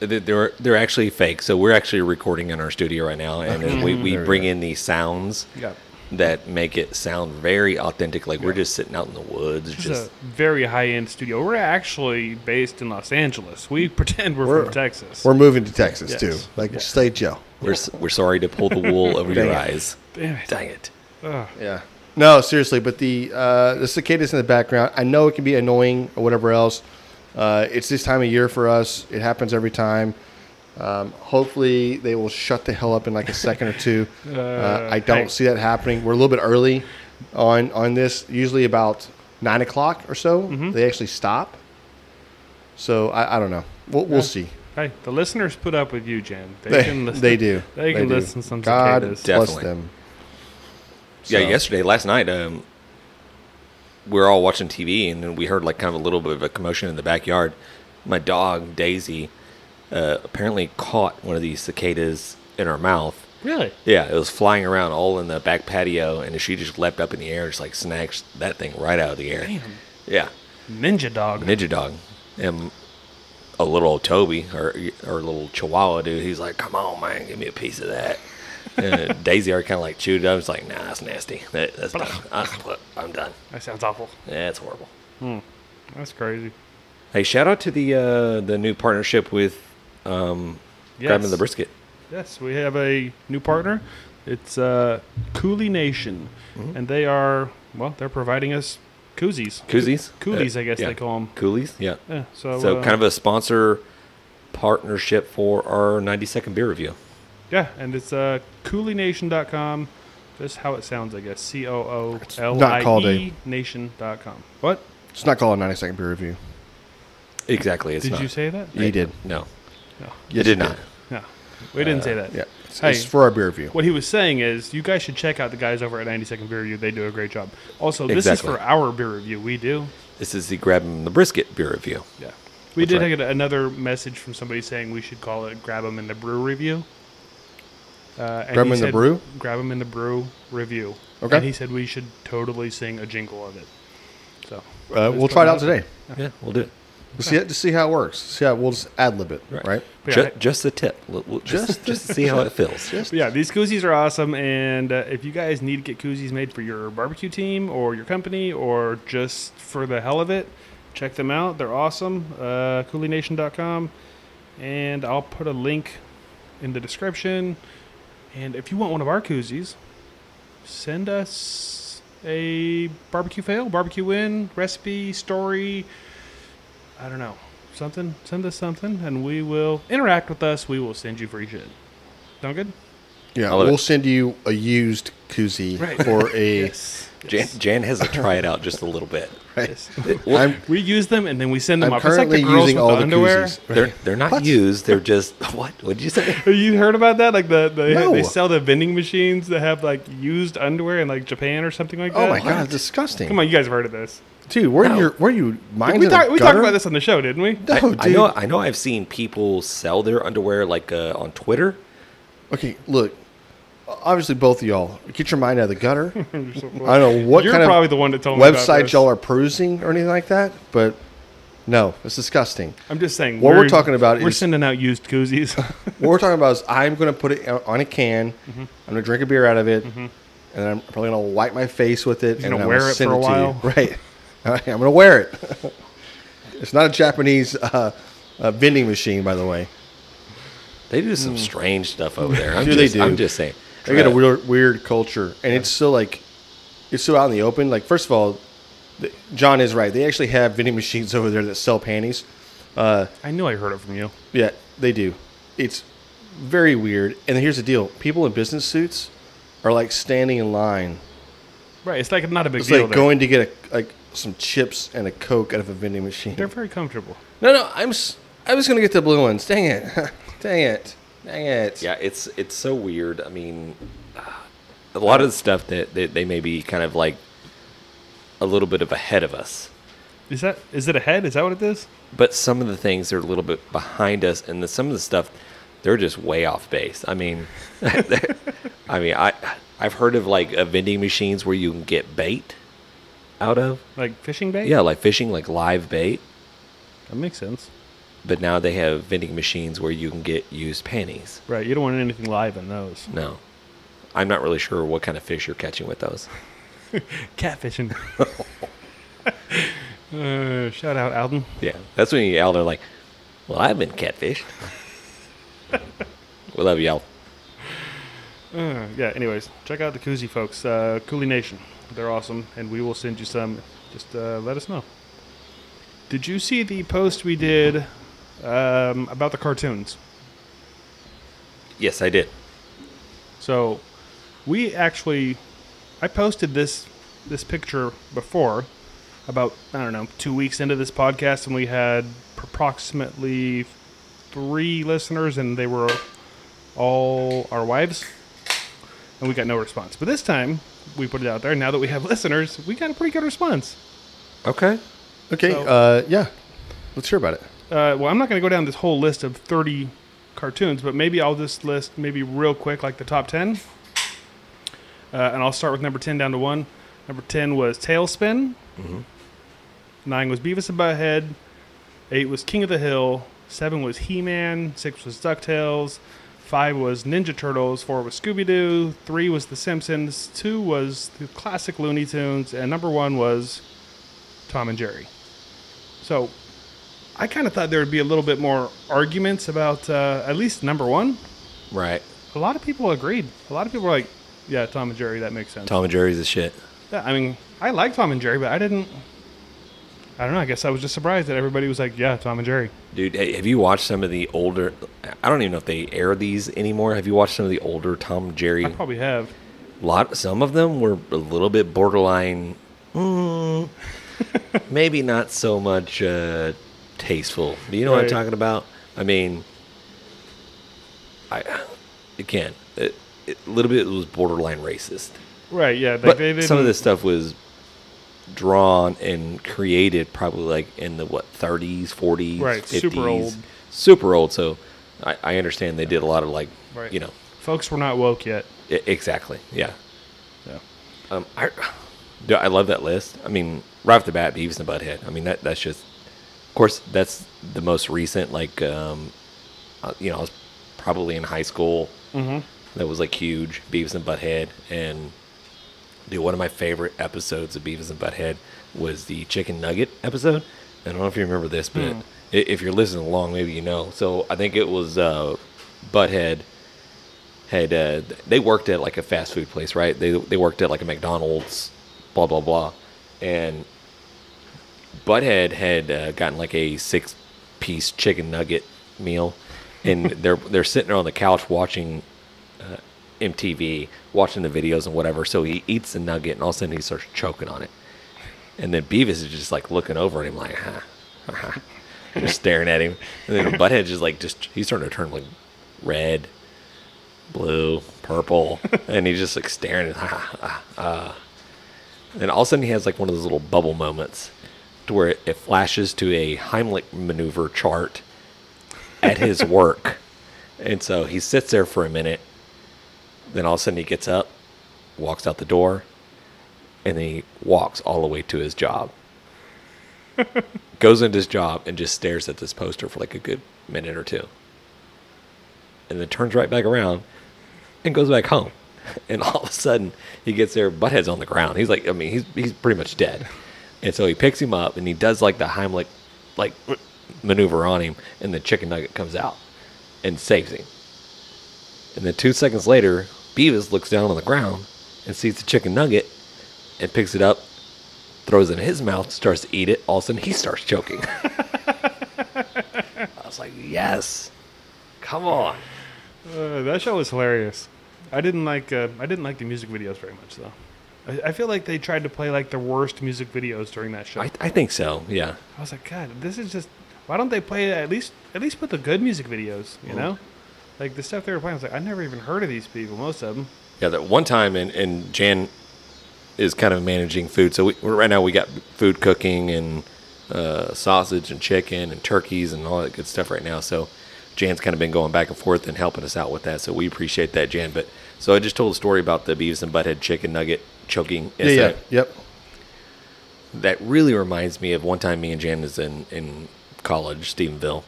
Speaker 2: They- They're they're actually fake. So we're actually recording in our studio right now, and then we, we
Speaker 4: There we
Speaker 2: bring in these sounds
Speaker 3: Yeah.
Speaker 2: that make it sound very authentic. Like we're just sitting out in the woods,
Speaker 3: This is
Speaker 2: just
Speaker 3: a very high end studio. We're actually based in Los Angeles. We [LAUGHS] pretend we're,
Speaker 4: We're-
Speaker 3: from Texas.
Speaker 4: We're moving to Texas
Speaker 3: Yes.
Speaker 4: too. Like stay Joe.
Speaker 2: We're, s- we're sorry to pull the wool over your
Speaker 4: Dang it.
Speaker 2: eyes.
Speaker 3: Damn it.
Speaker 2: Dang it.
Speaker 3: Ugh.
Speaker 4: Yeah. No, seriously, but the uh, the cicadas in the background, I know it can be annoying or whatever else. Uh, it's this time of year for us. It happens every time. Um, hopefully, they will shut the hell up in like a second or two.
Speaker 3: [LAUGHS]
Speaker 4: Uh, I don't
Speaker 3: hey.
Speaker 4: see that happening. We're a little bit early on on this. Usually about nine o'clock or so,
Speaker 3: Mm-hmm.
Speaker 4: they actually stop. So I, I don't know. We'll, we'll see.
Speaker 3: Hey, the listeners put up with you, Jan. They,
Speaker 4: They,
Speaker 3: can listen.
Speaker 4: they do.
Speaker 3: They can
Speaker 4: do.
Speaker 3: listen some
Speaker 4: God
Speaker 3: cicadas.
Speaker 2: damn.
Speaker 4: bless
Speaker 2: Definitely.
Speaker 4: them.
Speaker 2: Yeah,
Speaker 4: So-
Speaker 2: yesterday, last night, um, we were all watching TV, and then we heard like kind of a little bit of a commotion in the backyard. My dog Daisy uh, apparently caught one of these cicadas in her mouth.
Speaker 3: Really?
Speaker 2: Yeah, it was flying around all in the back patio, and she just leapt up in the air, and just like snatched that thing right out of the air.
Speaker 3: Damn.
Speaker 2: Yeah,
Speaker 3: Ninja dog.
Speaker 2: ninja dog, and a little old Toby or or little Chihuahua dude. He's like, "Come on, man, give me a piece of that."
Speaker 3: [LAUGHS]
Speaker 2: and uh, Daisy already kind of like chewed. it up. I was like, "Nah, that's nasty. That, that's done. I, I'm done.
Speaker 3: That sounds awful.
Speaker 2: That's horrible."
Speaker 3: That's crazy.
Speaker 2: Hey, shout out to the uh, the new partnership with um,
Speaker 3: Yes.
Speaker 2: grabbing the brisket.
Speaker 3: Yes, we have a new partner. It's uh, Cooley Nation,
Speaker 2: Mm-hmm.
Speaker 3: and they are well, they're providing us koozies.
Speaker 2: Koozies?
Speaker 3: Coolies, I guess
Speaker 2: yeah.
Speaker 3: they call them.
Speaker 2: Coolies, yeah.
Speaker 3: Yeah, so
Speaker 2: so
Speaker 3: uh,
Speaker 2: kind of a sponsor partnership for our 90 second beer review.
Speaker 3: yeah, and it's uh, CooleyNation.com. Just how it sounds, I guess. C O O L
Speaker 4: not called
Speaker 3: I
Speaker 4: a-
Speaker 3: E Nation.com. What
Speaker 4: It's not called a 90 second beer review.
Speaker 2: Exactly. It's
Speaker 3: did
Speaker 2: not.
Speaker 3: you say that?
Speaker 4: You did.
Speaker 2: No,
Speaker 3: No,
Speaker 2: you did not.
Speaker 3: no, we
Speaker 2: Uh,
Speaker 3: didn't say that.
Speaker 4: Yeah. It's,
Speaker 3: Hey.
Speaker 4: it's for our beer review.
Speaker 3: What he was saying is, you guys should check out the guys over at 90 Second Beer Review. They do a great job. Also, this
Speaker 2: Exactly.
Speaker 3: is for our beer review. We do.
Speaker 2: This is the grabbing the brisket beer review.
Speaker 3: Yeah. We
Speaker 2: That's
Speaker 3: did
Speaker 2: right.
Speaker 3: get another message from somebody saying we should call it Grab 'em in the Brew Review. Uh, and
Speaker 4: Grab 'em
Speaker 3: he
Speaker 4: in the
Speaker 3: said-
Speaker 4: Brew?
Speaker 3: Grab 'em in the Brew Review.
Speaker 4: Okay.
Speaker 3: And he said we should totally sing a jingle of it. So
Speaker 4: Uh, we'll try it out today.
Speaker 2: Yeah, we'll do it.
Speaker 4: To see, to see how it works. See how we'll just ad lib it, right?
Speaker 2: Right.
Speaker 3: Yeah.
Speaker 2: Ju- just the tip. We'll-
Speaker 4: [LAUGHS]
Speaker 2: we'll- just just to see how it feels.
Speaker 4: Just
Speaker 3: But yeah, these koozies are awesome. And uh, if you guys need to get koozies made for your barbecue team or your company or just for the hell of it, check them out. They're awesome. Uh, CooleyNation.com. And I'll put a link in the description. And if you want one of our koozies, send us a barbecue fail, barbecue win, recipe, story. I don't know. Something. Send us something, and we will interact with us. We will send you free shit. Sound good?
Speaker 4: yeah.
Speaker 2: I love
Speaker 4: We'll
Speaker 2: it.
Speaker 4: send you a used koozie
Speaker 3: Right.
Speaker 4: for a.
Speaker 3: [LAUGHS] Yes.
Speaker 2: Jan, Jan has to try it out just a little bit.
Speaker 3: Yes. [LAUGHS]
Speaker 2: Well,
Speaker 4: I'm,
Speaker 3: we use them and then we send them
Speaker 4: I'm
Speaker 3: up. It's like the
Speaker 4: currently
Speaker 3: girls
Speaker 4: using
Speaker 3: with
Speaker 4: all
Speaker 3: the
Speaker 4: the
Speaker 3: underwear.
Speaker 4: koozies.
Speaker 2: they're they're not used. They're just [LAUGHS] what? What did you say?
Speaker 4: [LAUGHS]
Speaker 3: Have you heard about that? Like the they,
Speaker 4: No.
Speaker 3: they sell the vending machines that have like used underwear in like Japan or something like that.
Speaker 4: oh my god, it's disgusting.
Speaker 3: Come on, you guys have heard of this.
Speaker 4: Dude, where
Speaker 2: No.
Speaker 4: are your where are you minds
Speaker 3: we
Speaker 4: in a
Speaker 3: talked we talked
Speaker 4: gutter?
Speaker 3: about this on the show, didn't
Speaker 4: [LAUGHS]
Speaker 3: we? [LAUGHS]
Speaker 4: No, Oh, dude.
Speaker 2: I know I know I've seen people sell their underwear like uh, on Twitter.
Speaker 4: Okay, look. Obviously, both of y'all get your mind out of
Speaker 3: [LAUGHS]
Speaker 4: the gutter. I
Speaker 3: You're so full.
Speaker 4: don't know what
Speaker 3: You're
Speaker 4: kind
Speaker 3: probably
Speaker 4: of
Speaker 3: the one that told me about
Speaker 4: website
Speaker 3: this.
Speaker 4: y'all are perusing or anything like that, but no, it's disgusting.
Speaker 3: I'm just saying.
Speaker 4: What we're
Speaker 3: we're
Speaker 4: talking about
Speaker 3: we're
Speaker 4: is-
Speaker 3: sending out used
Speaker 4: [LAUGHS]
Speaker 3: koozies.
Speaker 4: what we're talking about is I'm going to put it out on a can.
Speaker 3: Mm-hmm.
Speaker 4: I'm going to drink a beer out of it, and I'm probably going to wipe my face with it. and
Speaker 3: gonna
Speaker 4: I'm
Speaker 3: wear
Speaker 4: gonna
Speaker 3: it
Speaker 4: send
Speaker 3: for a
Speaker 4: to you.
Speaker 3: while?
Speaker 4: [LAUGHS] right? I'm going to wear it. [LAUGHS] it's not a Japanese uh, uh, vending machine, by the way.
Speaker 2: They do some strange stuff over there. I'm
Speaker 4: Dude, Hmm. they
Speaker 2: just,
Speaker 4: do.
Speaker 2: I'm just saying.
Speaker 4: They got a
Speaker 2: Uh,
Speaker 4: weird, weird culture, and it's still like it's still out in the open. Like first of all, th- John is right. They actually have vending machines [LAUGHS] over there that sell panties.
Speaker 3: I knew I heard it from you.
Speaker 4: Yeah, they do. It's very weird. And here's the deal: people in business suits are like standing in line.
Speaker 3: Right. It's like not a big
Speaker 4: It's
Speaker 3: deal.
Speaker 4: like
Speaker 3: there.
Speaker 4: going to get a, like some chips and a coke out of a vending machine.
Speaker 3: They're very comfortable.
Speaker 4: No, no, I'm s- I was gonna get the blue ones. Dang it! [LAUGHS] Dang it! Dang it!
Speaker 2: Uh, Yeah, it's it's so weird. I mean, uh, a lot of the stuff that, that they may be kind of like a little bit of ahead of us,
Speaker 3: Is that is it a head? Is that what it is?
Speaker 2: but some of the things they're a little bit behind us, and the, some of the stuff they're just way off base. I mean, [LAUGHS] I mean, I I've heard of like uh, vending machines where you can get bait out of.
Speaker 3: Like fishing bait?
Speaker 2: Yeah, like fishing, like live bait.
Speaker 3: That makes sense.
Speaker 2: But now they have vending machines where you can get used panties.
Speaker 3: Right. You don't want anything live in those.
Speaker 2: No, I'm not really sure what kind of fish you're catching with those.
Speaker 3: Catfishing. [LAUGHS] uh, shout out, Alden.
Speaker 2: Yeah, that's when you yell. They're like, "Well, I've been catfished." [LAUGHS] we love y'all.
Speaker 3: Uh, yeah, anyways, check out the Koozie folks, uh, Cooley Nation. They're awesome, and we will send you some. Just uh, let us know. Did you see the post we did um, about the cartoons?
Speaker 2: Yes, I did.
Speaker 3: So we actually I posted this this picture before about I don't know 2 weeks into this podcast and we had approximately 3 listeners and they were all our wives. and we got no response. But this time, we put it out there. Now that we have [LAUGHS] listeners, we got a pretty good response.
Speaker 2: Okay.
Speaker 4: Okay.
Speaker 3: So-
Speaker 4: uh, yeah. Let's hear about it.
Speaker 3: Uh, well, I'm not going to go down this whole list of 30 cartoons, but maybe I'll just list maybe real quick like the top 10. Uh, and I'll start with number 10 down to 1. Number 10 was Tailspin. 9 was Beavis and Butthead. 8 was King of the Hill. 7 was He Man. 6 was DuckTales. 5 was Ninja Turtles. 4 was Scooby Doo. 3 was The Simpsons. 2 was the classic Looney Tunes. And number 1 was Tom and Jerry. So I kind of thought there would be a little bit more arguments about uh, at least number one.
Speaker 2: Right.
Speaker 3: A lot of people agreed. A lot of people were like, "Yeah, Tom and Jerry, that makes sense."
Speaker 2: Tom and Jerry's the shit.
Speaker 3: Yeah, I mean, I like Tom and Jerry, but I didn't. I don't know. I guess I was just surprised that everybody was like, "Yeah, Tom and Jerry."
Speaker 2: Dude, hey, have you watched some of the older? I don't even know if they air these anymore. Have you watched some of the older Tom and Jerry?
Speaker 3: I probably have.
Speaker 2: lot some of them were a little bit borderline
Speaker 3: [LAUGHS]
Speaker 2: mm, maybe not so much uh, tasteful do you know what i'm
Speaker 3: Right.
Speaker 2: talking about i mean i again it, it, a little bit was borderline racist
Speaker 3: Right? Yeah. Like
Speaker 2: but
Speaker 3: they didn't,
Speaker 2: some of this stuff was drawn and created probably like in the what 30s 40s
Speaker 3: Right,
Speaker 2: 50s
Speaker 3: super old.
Speaker 2: super old so i, I understand they did a lot of like
Speaker 3: Right.
Speaker 2: you know
Speaker 3: folks were not woke yet.
Speaker 2: e- exactly yeah
Speaker 3: Yeah.
Speaker 2: um, I, dude, I love that list. I mean, right off the bat, Beavis and Butthead. I mean, that that's just, of course, that's the most recent. Like, um, uh, you know, I was probably in high school. Mm-hmm. That was like huge. Beavis and Butthead, and dude, one of my favorite episodes of Beavis and Butthead was the chicken nugget episode. I don't know if you remember this, but i if you're listening along, maybe you know. So I think it was uh, Butthead had uh, they worked at like a fast food place, right? They they worked at like a McDonald's, blah blah blah, and Butthead had uh, gotten like a six piece chicken nugget meal, and they're they're sitting there on the couch watching uh, MTV, watching the videos and whatever. So he eats the nugget, and all of a sudden he starts choking on it, and then Beavis is just like looking over at him like, huh, huh, just staring at him, and then Butthead just like just he's starting to turn like red blue, purple, and he's just like staring. Ah, ah, ah. And all of a sudden, he has like one of those little bubble moments to where it flashes to a Heimlich maneuver chart at his work. And so he sits there for a minute. Then all of a sudden, he gets up, walks out the door, and then he walks all the way to his job. Goes into his job and just stares at this poster for like a good minute or two and then turns right back around and goes back home. [LAUGHS] And all of a sudden, he gets there, Butthead's on the ground. He's like, I mean, he's he's pretty much dead. And so he picks him up and he does like the Heimlich like maneuver on him, and the chicken nugget comes out and saves him. And then two seconds later, Beavis looks down on the ground and sees the chicken nugget and picks it up, throws it in his mouth, starts to eat it. All of a sudden, he starts choking. [LAUGHS] I was like, yes, come on.
Speaker 3: Uh, that show was hilarious. I didn't like. Uh, I didn't like the music videos very much though. I, I feel like they tried to play like the worst music videos during that show.
Speaker 2: I, I think so. Yeah.
Speaker 3: I was like, God, this is just. Why don't they play at least at least put the good music videos? You know, like the stuff they were playing. I was like, I never even heard of these people. Most of them.
Speaker 2: Yeah. That one time, and and Jan is kind of managing food. So we, right now we got food cooking and uh, sausage and chicken and turkeys and all that good stuff right now. So Jan's kind of been going back and forth and helping us out with that. So we appreciate that, Jan. But so I just told a story about the Beavis and Butthead chicken nugget choking.
Speaker 4: Yeah, yeah.
Speaker 2: incident.
Speaker 4: Yep.
Speaker 2: that really reminds me of one time me and Jan was in, in college, Stephenville,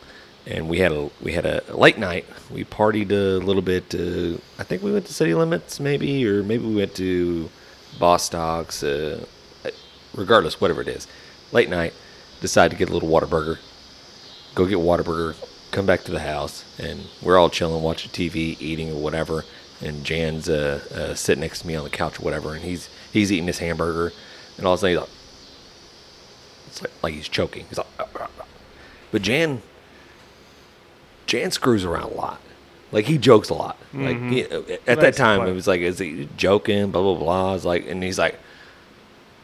Speaker 2: and we had a we had a late night. We partied a little bit. Uh, I think we went to City Limits, maybe, or maybe we went to Bostock's. Uh, regardless, whatever it is, late night. Decide to get a little Whataburger. Go get Whataburger. Come back to the house, and we're all chilling, watching TV, eating or whatever. And Jan's uh, uh, sitting next to me on the couch or whatever, and he's he's eating his hamburger, and all of a sudden he's like. It's like, like he's choking. He's like, "Ah, ah, ah." but Jan, Jan screws around a lot. Like he jokes a lot. Like he- at that
Speaker 3: That's
Speaker 2: time,
Speaker 3: funny.
Speaker 2: it was like, is he joking? Blah blah blah. It's like, and he's like,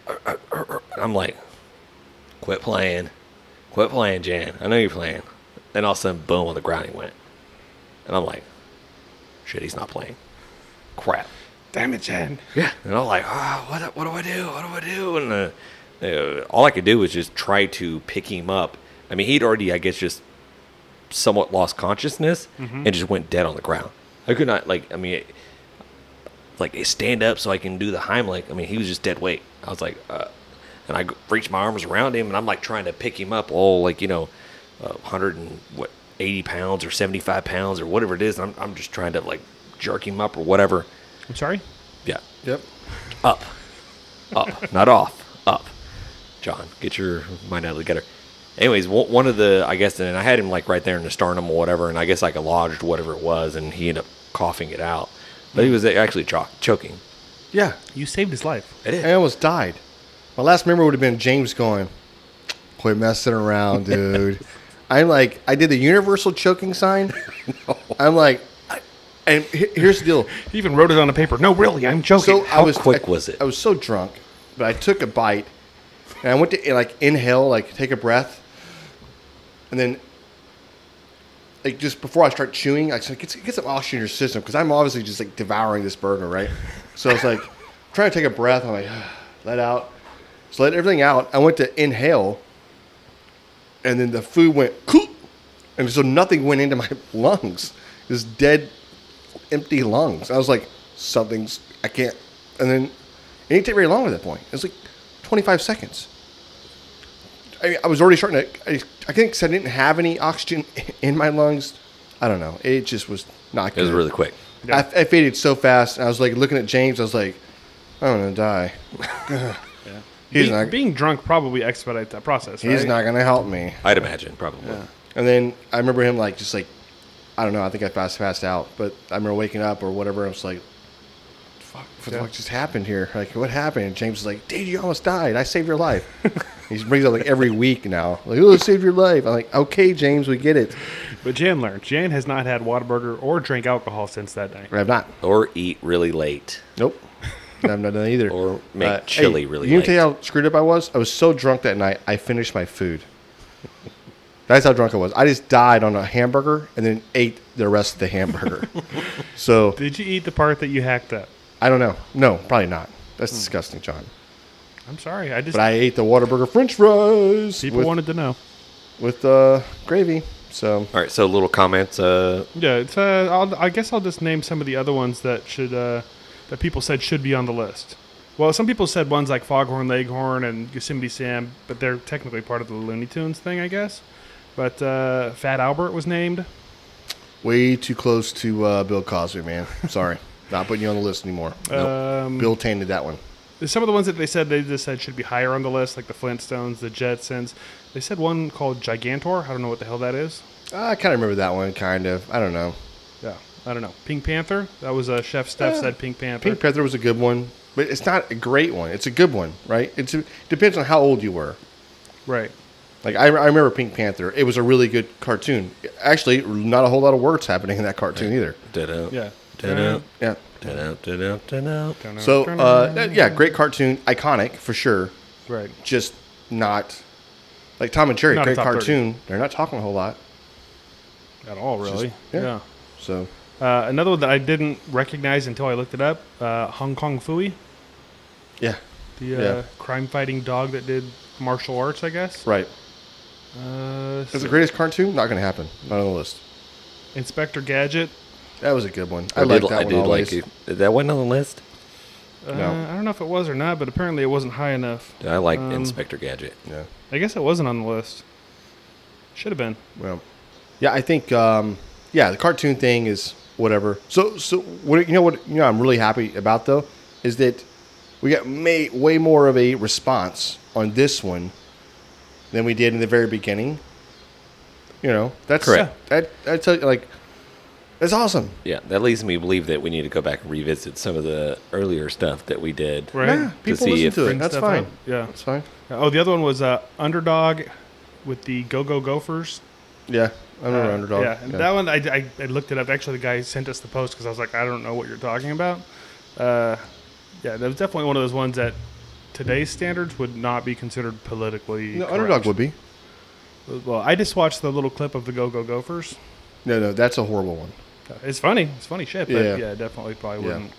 Speaker 2: "Ah, ah, ah, ah." I'm like, quit playing, quit playing, Jan. I know you're playing. Then all of a sudden, boom, on the ground he went, and I'm like, shit, he's not playing. Crap.
Speaker 3: damn it, Jen.
Speaker 2: Yeah. And I'm like, oh, what, what do I do? What do I do? And uh, uh, all I could do was just try to pick him up. I mean, he'd already, I guess, just somewhat lost consciousness and just went dead on the ground. I could not, like, I mean, it- like, stand up so I can do the Heimlich. I mean, he was just dead weight. I was like, uh, and I g- reached my arms around him and I'm like trying to pick him up, all like, you know, uh, 100 and what, 80 pounds or 75 pounds or whatever it is. And I'm, I'm just trying to, like, jerk him up or whatever.
Speaker 3: I'm sorry.
Speaker 2: Yeah
Speaker 4: Yep.
Speaker 2: up, up, not off, up. John, get your mind out of the gutter. Anyways, one one of the I guess, and I had him like right there in the sternum or whatever, and I guess like a lodged whatever it was, and he ended up coughing it out, but he was actually cho- choking.
Speaker 4: Yeah.
Speaker 3: You saved his life.
Speaker 2: It is.
Speaker 4: I almost died. My last memory would have been James going, "Quit messing around, dude." I'm like, I did the universal choking sign. I'm like, I, and he- here's the deal.
Speaker 3: He even wrote it on a paper. No, really, I'm joking.
Speaker 4: So I was
Speaker 2: quick
Speaker 4: I-
Speaker 2: was it?
Speaker 4: I was so drunk, but I took a bite, and I went to like inhale, like take a breath, and then like just before I start chewing, I was like, get, get some oxygen in your system because I'm obviously just like devouring this burger, right? So I was like trying to take a breath. I'm like, [SIGHS] let out, so let everything out. I went to inhale, and then the food went, and so nothing went into my [LAUGHS] lungs. This dead empty lungs. I was like, something's, I can't. And then it didn't take very long at that point. It was like 25 seconds. I, I was already starting to, I, I think 'cause I didn't have any oxygen [LAUGHS] in my lungs. I don't know. It just was not
Speaker 2: It
Speaker 4: good.
Speaker 2: was really quick.
Speaker 3: Yeah.
Speaker 4: I, I faded so fast. I was like looking at James. I was like, I'm going
Speaker 2: [LAUGHS]
Speaker 4: to die. He's
Speaker 3: Be-
Speaker 4: not-
Speaker 3: being drunk probably expedites that process.
Speaker 4: He's
Speaker 3: right?
Speaker 4: not going to help me.
Speaker 2: I'd imagine probably.
Speaker 4: And then I remember him like just like I don't know. I think I fast passed out, but I remember waking up or whatever. I was like, "Fuck, what the fuck just happened here? Like, what happened?" And James was like, "Dude, you almost died. I saved your life." he brings it up like every week now. Like, "Oh, I saved your life." I'm like, "Okay, James, we get it."
Speaker 3: But Jan learned. Jan has not had Whataburger or drank alcohol since that night.
Speaker 4: But I've not.
Speaker 2: Or eat really late.
Speaker 4: Nope. [LAUGHS] I've not done that either. Uh,
Speaker 2: Or make chili really
Speaker 4: You
Speaker 2: late.
Speaker 4: can tell you how screwed up I was. I was so drunk that night. I finished my food. That's how drunk I was. I just died on a hamburger and then ate the rest of
Speaker 2: [LAUGHS]
Speaker 4: the hamburger. so
Speaker 3: Did you eat the part that you hacked up?
Speaker 4: I don't know. No, probably not. That's
Speaker 2: Hmm.
Speaker 4: disgusting, John.
Speaker 3: I'm sorry. I just
Speaker 4: But I ate the Whataburger French fries
Speaker 3: people
Speaker 4: with,
Speaker 3: wanted to know.
Speaker 4: with uh, gravy. So
Speaker 2: All right, so little comments. Uh,
Speaker 3: Yeah, it's, uh, I'll, I guess I'll just name some of the other ones that should uh, that people said should be on the list. Well, some people said ones like Foghorn Leghorn and Yosemite Sam, but they're technically part of the Looney Tunes thing, I guess. But uh, Fat Albert was named.
Speaker 4: way too close to uh, Bill Cosby, man. [LAUGHS] Sorry, not putting you on the list anymore.
Speaker 3: Um,
Speaker 4: Bill tainted that one.
Speaker 3: some of the ones that they said they just said should be higher on the list, like the Flintstones, the Jetsons. They said one called Gigantor. I don't know what the hell that is.
Speaker 4: I kind of remember that one, kind of. I don't know.
Speaker 3: Yeah, I don't know. Pink Panther. That was uh, Chef Steph
Speaker 4: Yeah.
Speaker 3: said Pink Panther.
Speaker 4: Pink Panther was a good one, but it's not a great one. It's a good one, right? It's a, depends on how old you were.
Speaker 3: right.
Speaker 4: Like I, I remember Pink Panther. It was a really good cartoon. Actually, not a whole lot of words happening in that cartoon either.
Speaker 2: da-da,
Speaker 3: Yeah.
Speaker 2: da-da,
Speaker 4: Yeah.
Speaker 2: da-da, da-da, da-da.
Speaker 3: Dunno.
Speaker 4: So uh, that- yeah, great cartoon, iconic for sure.
Speaker 3: right.
Speaker 4: Just not like Tom and Jerry,
Speaker 3: Not a
Speaker 4: great
Speaker 3: top 30.
Speaker 4: cartoon. They're not talking a whole lot.
Speaker 3: At all, really.
Speaker 4: yeah.
Speaker 3: yeah.
Speaker 4: So
Speaker 3: Uh, another one that I didn't recognize until I looked it up, uh, Hong Kong Fooey,
Speaker 4: yeah,
Speaker 3: the uh,
Speaker 4: Yeah.
Speaker 3: crime-fighting dog that did martial arts, I guess.
Speaker 4: right.
Speaker 3: Uh,
Speaker 4: It's the greatest cartoon. Not going to happen. Not on the list.
Speaker 3: Inspector Gadget.
Speaker 4: That was a good one. I, like
Speaker 2: did-
Speaker 4: that one always.
Speaker 2: it. That wasn't on the list.
Speaker 3: Uh,
Speaker 4: No.
Speaker 3: I don't know if it was or not, but apparently it wasn't high enough.
Speaker 2: I like
Speaker 3: Um,
Speaker 2: Inspector Gadget.
Speaker 4: Yeah.
Speaker 3: I guess it wasn't on the list. Should have been.
Speaker 4: Well, yeah, I think um, yeah, the cartoon thing is whatever. So so what you know what you know I'm really happy about though is that we got may, way more of a response on this one than we did in the very beginning. You know that's
Speaker 2: Correct.
Speaker 4: That that's a, like that's awesome.
Speaker 2: Yeah, that leads me to believe that we need to go back and revisit some of the earlier stuff that we did.
Speaker 3: Right.
Speaker 4: Yeah, people
Speaker 2: see
Speaker 4: listen
Speaker 2: if
Speaker 4: to it.
Speaker 3: Bring
Speaker 4: That's
Speaker 3: stuff
Speaker 4: fine.
Speaker 3: up. Yeah.
Speaker 4: That's fine.
Speaker 3: Oh, the other one was uh, Underdog with the Go Go Gophers.
Speaker 4: Yeah, I remember
Speaker 3: Uh,
Speaker 4: underdog.
Speaker 3: Yeah, and that one I, I, I looked it up. Actually, the guy sent us the post because I was like, I don't know what you're talking about. Uh, yeah, that was definitely one of those ones that today's standards would not be considered politically.
Speaker 4: no,
Speaker 3: correct.
Speaker 4: underdog would be.
Speaker 3: Well, I just watched the little clip of the Go Go Gophers.
Speaker 4: No, no, that's a horrible one.
Speaker 3: It's funny. It's funny shit. But
Speaker 4: Yeah.
Speaker 3: yeah, definitely probably
Speaker 4: Yeah. Hmm.
Speaker 3: wouldn't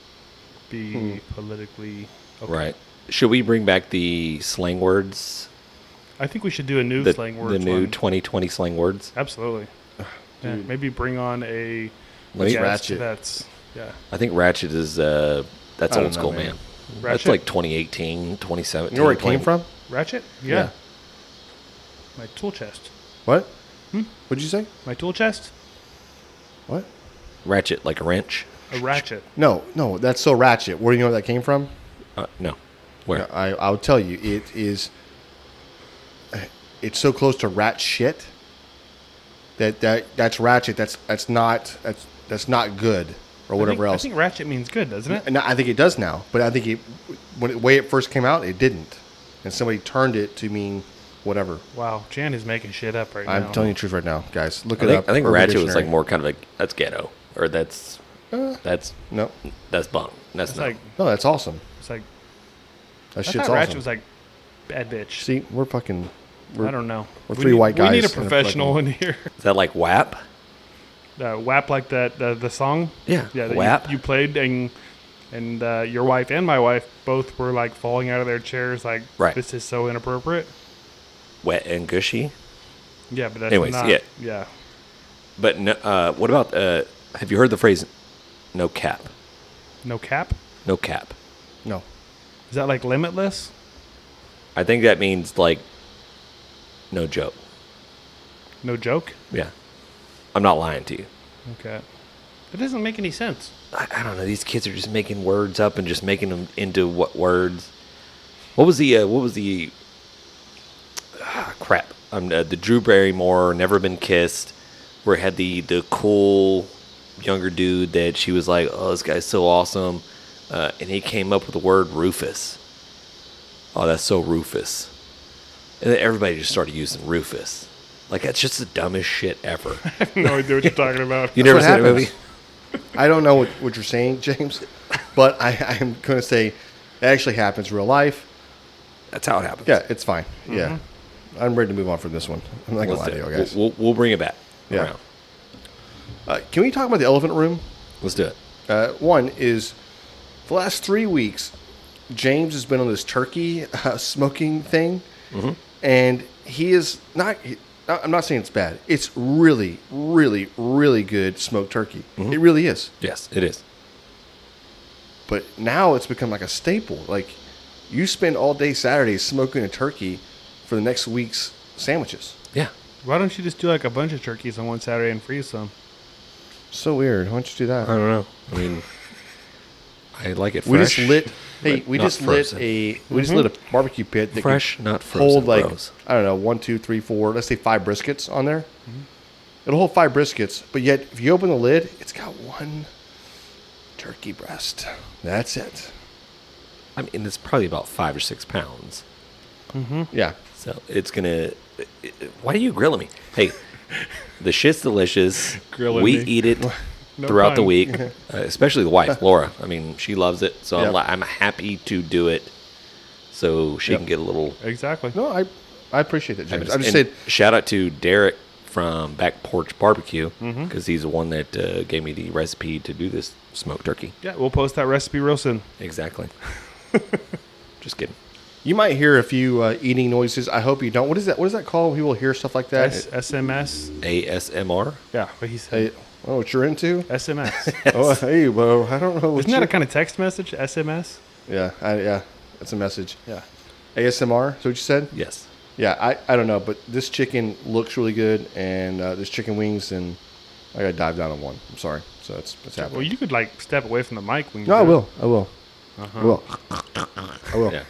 Speaker 3: be politically okay.
Speaker 2: Right. Should we bring back the slang words?
Speaker 3: I think we should do a new
Speaker 2: the,
Speaker 3: slang
Speaker 2: the
Speaker 3: words
Speaker 2: new
Speaker 3: one.
Speaker 2: 2020 slang words.
Speaker 4: [SIGHS]
Speaker 3: Absolutely. Yeah, maybe bring on a
Speaker 2: Let me-
Speaker 3: guest
Speaker 4: Ratchet.
Speaker 3: That's yeah.
Speaker 2: I think Ratchet is uh, that's
Speaker 4: I
Speaker 2: old
Speaker 4: don't know,
Speaker 2: school,
Speaker 4: man.
Speaker 2: man. That's
Speaker 3: Ratchet?
Speaker 2: like 2018, 2017.
Speaker 4: You know where it came
Speaker 2: 20
Speaker 4: from?
Speaker 3: Ratchet? Yeah.
Speaker 4: Yeah.
Speaker 3: My tool chest.
Speaker 4: What?
Speaker 3: Hmm?
Speaker 4: What'd you say?
Speaker 3: My tool chest?
Speaker 4: What?
Speaker 2: Ratchet, like a wrench.
Speaker 3: A ratchet.
Speaker 4: No, no, that's so ratchet. Where do you know where that came from?
Speaker 2: Uh, no, where?
Speaker 4: I, I'll tell you. It is. It's so close to rat shit. That that that's ratchet. That's that's not that's that's not good or whatever
Speaker 3: I think,
Speaker 4: else.
Speaker 3: I think ratchet means good, doesn't it?
Speaker 4: And I think it does now, but I think it when it, way it first came out, it didn't, and somebody turned it to mean whatever.
Speaker 3: Wow, Jan is making shit up right now.
Speaker 4: I'm telling you the truth right now, guys. Look
Speaker 2: I
Speaker 4: it up.
Speaker 2: think, I think
Speaker 4: uh, Urban
Speaker 2: Ratchet was like
Speaker 4: Dictionary.
Speaker 2: more kind of like that's ghetto or that's that's
Speaker 4: No,
Speaker 2: that's bunk. That's
Speaker 3: It's
Speaker 2: not.
Speaker 3: like
Speaker 4: no, that's awesome.
Speaker 3: it's like I
Speaker 4: That shit's
Speaker 3: thought
Speaker 4: awesome.
Speaker 3: ratchet was like bad bitch.
Speaker 4: See, we're fucking. We're,
Speaker 3: I don't know.
Speaker 4: we're
Speaker 3: We
Speaker 4: three
Speaker 3: need-
Speaker 4: white guys
Speaker 3: We need a
Speaker 4: and a fucking- [LAUGHS]
Speaker 3: professional in here.
Speaker 2: is that like WAP?
Speaker 3: Uh, WAP like that uh, the song.
Speaker 2: Yeah,
Speaker 3: yeah. that you-
Speaker 2: WAP.
Speaker 3: You, played and and uh, your wife and my wife both were like falling out of their chairs like
Speaker 2: Right.
Speaker 3: this is so inappropriate.
Speaker 2: Wet and gushy.
Speaker 3: Yeah, but that's
Speaker 2: Anyways,
Speaker 3: not,
Speaker 2: yeah.
Speaker 3: yeah.
Speaker 2: But no, uh, what about? Uh, have you heard the phrase "no cap"?
Speaker 3: No cap.
Speaker 2: No cap.
Speaker 4: No.
Speaker 3: Is that like limitless?
Speaker 2: I think that means like no joke.
Speaker 3: No joke.
Speaker 2: Yeah, I'm not lying to you.
Speaker 3: Okay. It doesn't make any sense.
Speaker 2: I, I don't know. These kids are just making words up and just making them into what words. What was the uh, what was the ah, crap? Um, uh, the Drew Barrymore never been kissed, where it had the the cool younger dude that she was like, oh, this guy's so awesome, uh, and he came up with the word Rufus. Oh, that's so Rufus, and then everybody just started using Rufus. Like that's just the dumbest shit ever.
Speaker 4: [LAUGHS]
Speaker 3: I have [LAUGHS] no idea what [LAUGHS] you're talking about.
Speaker 2: You
Speaker 4: That's
Speaker 2: never
Speaker 4: what
Speaker 2: seen a movie?
Speaker 4: happens. I don't know what, what you're saying, James, but I, I'm going to say it actually happens in real life.
Speaker 2: That's how it happens.
Speaker 4: Yeah, it's fine. Yeah. I'm ready to move on from this one. I'm not going
Speaker 2: Let's
Speaker 4: to lie
Speaker 2: do
Speaker 4: to you
Speaker 2: it.
Speaker 4: guys.
Speaker 2: We'll, we'll, we'll bring it back.
Speaker 4: Yeah.
Speaker 2: around.
Speaker 4: Uh, can we talk about the elephant room?
Speaker 2: Let's do it.
Speaker 4: Uh, one is the last three weeks, James has been on this turkey uh, smoking thing, and he is not. he- I'm not saying it's bad. It's really, really, really good smoked turkey. It really is.
Speaker 2: Yes, it is.
Speaker 4: but now it's become like a staple. Like you spend all day Saturday smoking a turkey for the next week's sandwiches.
Speaker 2: Yeah.
Speaker 3: Why don't you just do like a bunch of turkeys on one Saturday and freeze them?
Speaker 4: So weird. Why don't you do that?
Speaker 2: I don't know. I mean, [LAUGHS] I like it fresh.
Speaker 4: we just lit. Hey,
Speaker 2: but
Speaker 4: we
Speaker 2: not
Speaker 4: just
Speaker 2: frozen.
Speaker 4: lit a we just lit a barbecue pit that could
Speaker 2: Fresh, not frozen
Speaker 4: hold like
Speaker 2: bros.
Speaker 4: I don't know one, two, three, four. Let's say five briskets on there. It'll hold five briskets, but yet if you open the lid, it's got one turkey breast. That's it.
Speaker 2: I mean, it's probably about five or six pounds.
Speaker 4: Yeah.
Speaker 2: So it's gonna. Why do you grilling me? [LAUGHS] Hey, the shit's delicious.
Speaker 3: Grilling
Speaker 2: we
Speaker 3: me.
Speaker 2: eat [LAUGHS] it
Speaker 3: No
Speaker 2: throughout the [LAUGHS]
Speaker 3: pun.
Speaker 2: week, uh, especially the [LAUGHS] wife, Laura. I mean, she loves it, so
Speaker 4: Yep.
Speaker 2: I'm, like, I'm happy to do it, so she
Speaker 4: Yep.
Speaker 2: can get a little.
Speaker 3: Exactly.
Speaker 4: No, I I appreciate that, James. I'm just
Speaker 2: and
Speaker 4: saying.
Speaker 2: Shout out to Derek from Back Porch Barbecue because he's the one that uh, gave me the recipe to do this smoked turkey.
Speaker 3: Yeah, we'll post that recipe real soon.
Speaker 2: Exactly. Just kidding.
Speaker 4: You might hear a few uh, eating noises. I hope you don't. What is that? What is that called? People hear stuff like that.
Speaker 3: S- SMS.
Speaker 2: ASMR.
Speaker 3: Yeah, what he said.
Speaker 4: Hey, oh, what you're into? [LAUGHS]
Speaker 3: SMS.
Speaker 4: Oh, hey, bro. I don't know. What
Speaker 3: Isn't that
Speaker 4: you-
Speaker 3: a kind of text message? SMS.
Speaker 4: yeah, I, yeah. That's a message.
Speaker 3: Yeah.
Speaker 4: ASMR. Is what you said?
Speaker 2: Yes.
Speaker 4: Yeah. I, I don't know, but this chicken looks really good, and uh, there's chicken wings, and I gotta dive down on one. I'm sorry. So that's that's happening.
Speaker 3: Well, you could like step away from the mic when you.
Speaker 4: no, I
Speaker 3: do it. Uh-huh.
Speaker 4: will. I will. I will. I will.
Speaker 2: Yeah.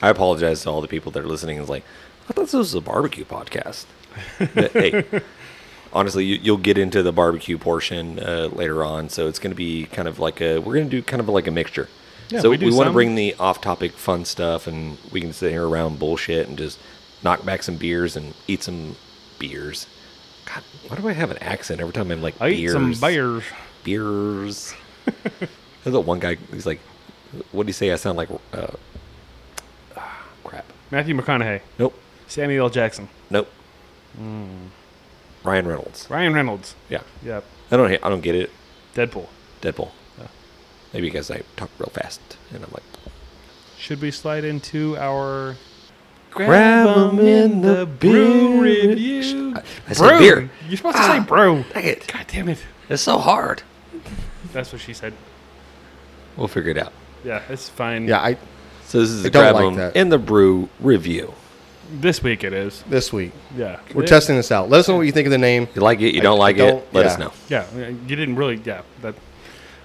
Speaker 2: I apologize to all the people that are listening. It's like, I thought this was a barbecue podcast. But,
Speaker 3: [LAUGHS]
Speaker 2: hey, honestly, you, you'll get into the barbecue portion uh, later on, so it's going to be kind of like a. We're going to do kind of like a mixture.
Speaker 3: Yeah,
Speaker 2: so
Speaker 3: we
Speaker 2: we,
Speaker 3: do
Speaker 2: want to
Speaker 3: some-
Speaker 2: bring the off-topic fun stuff, and we can sit here around bullshit and just knock back some beers and eat some beers. God, why do I have an accent every time I'm like
Speaker 3: I eat
Speaker 2: beers?
Speaker 3: some bears.
Speaker 2: beers. [LAUGHS] There's that one guy. He's like, "What do you say? I sound like uh, ah, crap."
Speaker 3: Matthew McConaughey,
Speaker 2: Nope,
Speaker 3: Samuel L. Jackson,
Speaker 2: nope.
Speaker 4: Hmm.
Speaker 2: Ryan Reynolds.
Speaker 3: Ryan Reynolds.
Speaker 2: Yeah,
Speaker 3: Yep.
Speaker 2: I don't. I don't get it.
Speaker 3: Deadpool.
Speaker 2: Deadpool. Maybe because I talk real fast, and I'm like,
Speaker 3: Should we slide into our
Speaker 2: Grab 'em in the
Speaker 3: brew
Speaker 2: beer
Speaker 3: review?
Speaker 2: I, I said beer.
Speaker 3: You're supposed to say
Speaker 4: Ah.
Speaker 3: bro.
Speaker 2: Dang it!
Speaker 3: God damn it.
Speaker 2: It's so hard.
Speaker 3: That's what she said.
Speaker 2: We'll figure it out.
Speaker 3: Yeah, it's fine.
Speaker 4: Yeah, I
Speaker 2: So this is
Speaker 4: I
Speaker 2: the
Speaker 4: don't
Speaker 2: grab
Speaker 4: like
Speaker 2: 'em
Speaker 4: that.
Speaker 2: and the brew review.
Speaker 3: This week it is.
Speaker 4: this week
Speaker 3: Yeah.
Speaker 4: we're
Speaker 3: It-
Speaker 4: testing this out. Let us know what you think of the name.
Speaker 2: You like it? You
Speaker 4: I-
Speaker 2: don't
Speaker 4: I
Speaker 2: like it?
Speaker 4: don't-
Speaker 2: Let
Speaker 4: yeah.
Speaker 2: us know.
Speaker 3: Yeah, uh, you didn't really. Yeah. That,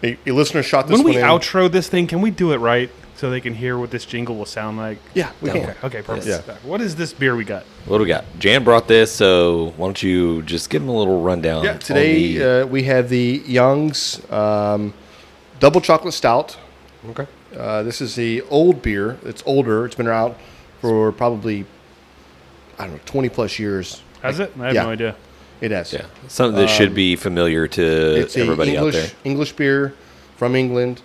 Speaker 4: A, a listener shot this
Speaker 3: when we
Speaker 4: one in.
Speaker 3: outro this thing, can we do it right so they can hear what this jingle will sound like?
Speaker 4: Yeah, we
Speaker 2: That
Speaker 4: can.
Speaker 2: one.
Speaker 3: Okay, perfect.
Speaker 4: Yes.
Speaker 3: What is this beer we got?
Speaker 2: What do we got? Jan brought this, so why don't you just give them a little rundown?
Speaker 4: Yeah,
Speaker 2: on
Speaker 4: today
Speaker 2: the-
Speaker 4: uh, we have the Young's um, Double Chocolate Stout.
Speaker 3: Okay.
Speaker 4: Uh, this is the old beer. It's older. It's been around for probably I don't know, twenty plus years.
Speaker 3: Has it? I have
Speaker 4: Yeah.
Speaker 3: no idea.
Speaker 4: It has.
Speaker 2: yeah, something that should be familiar to
Speaker 4: Um, It's a
Speaker 2: everybody
Speaker 4: English
Speaker 2: out there.
Speaker 4: English beer from England.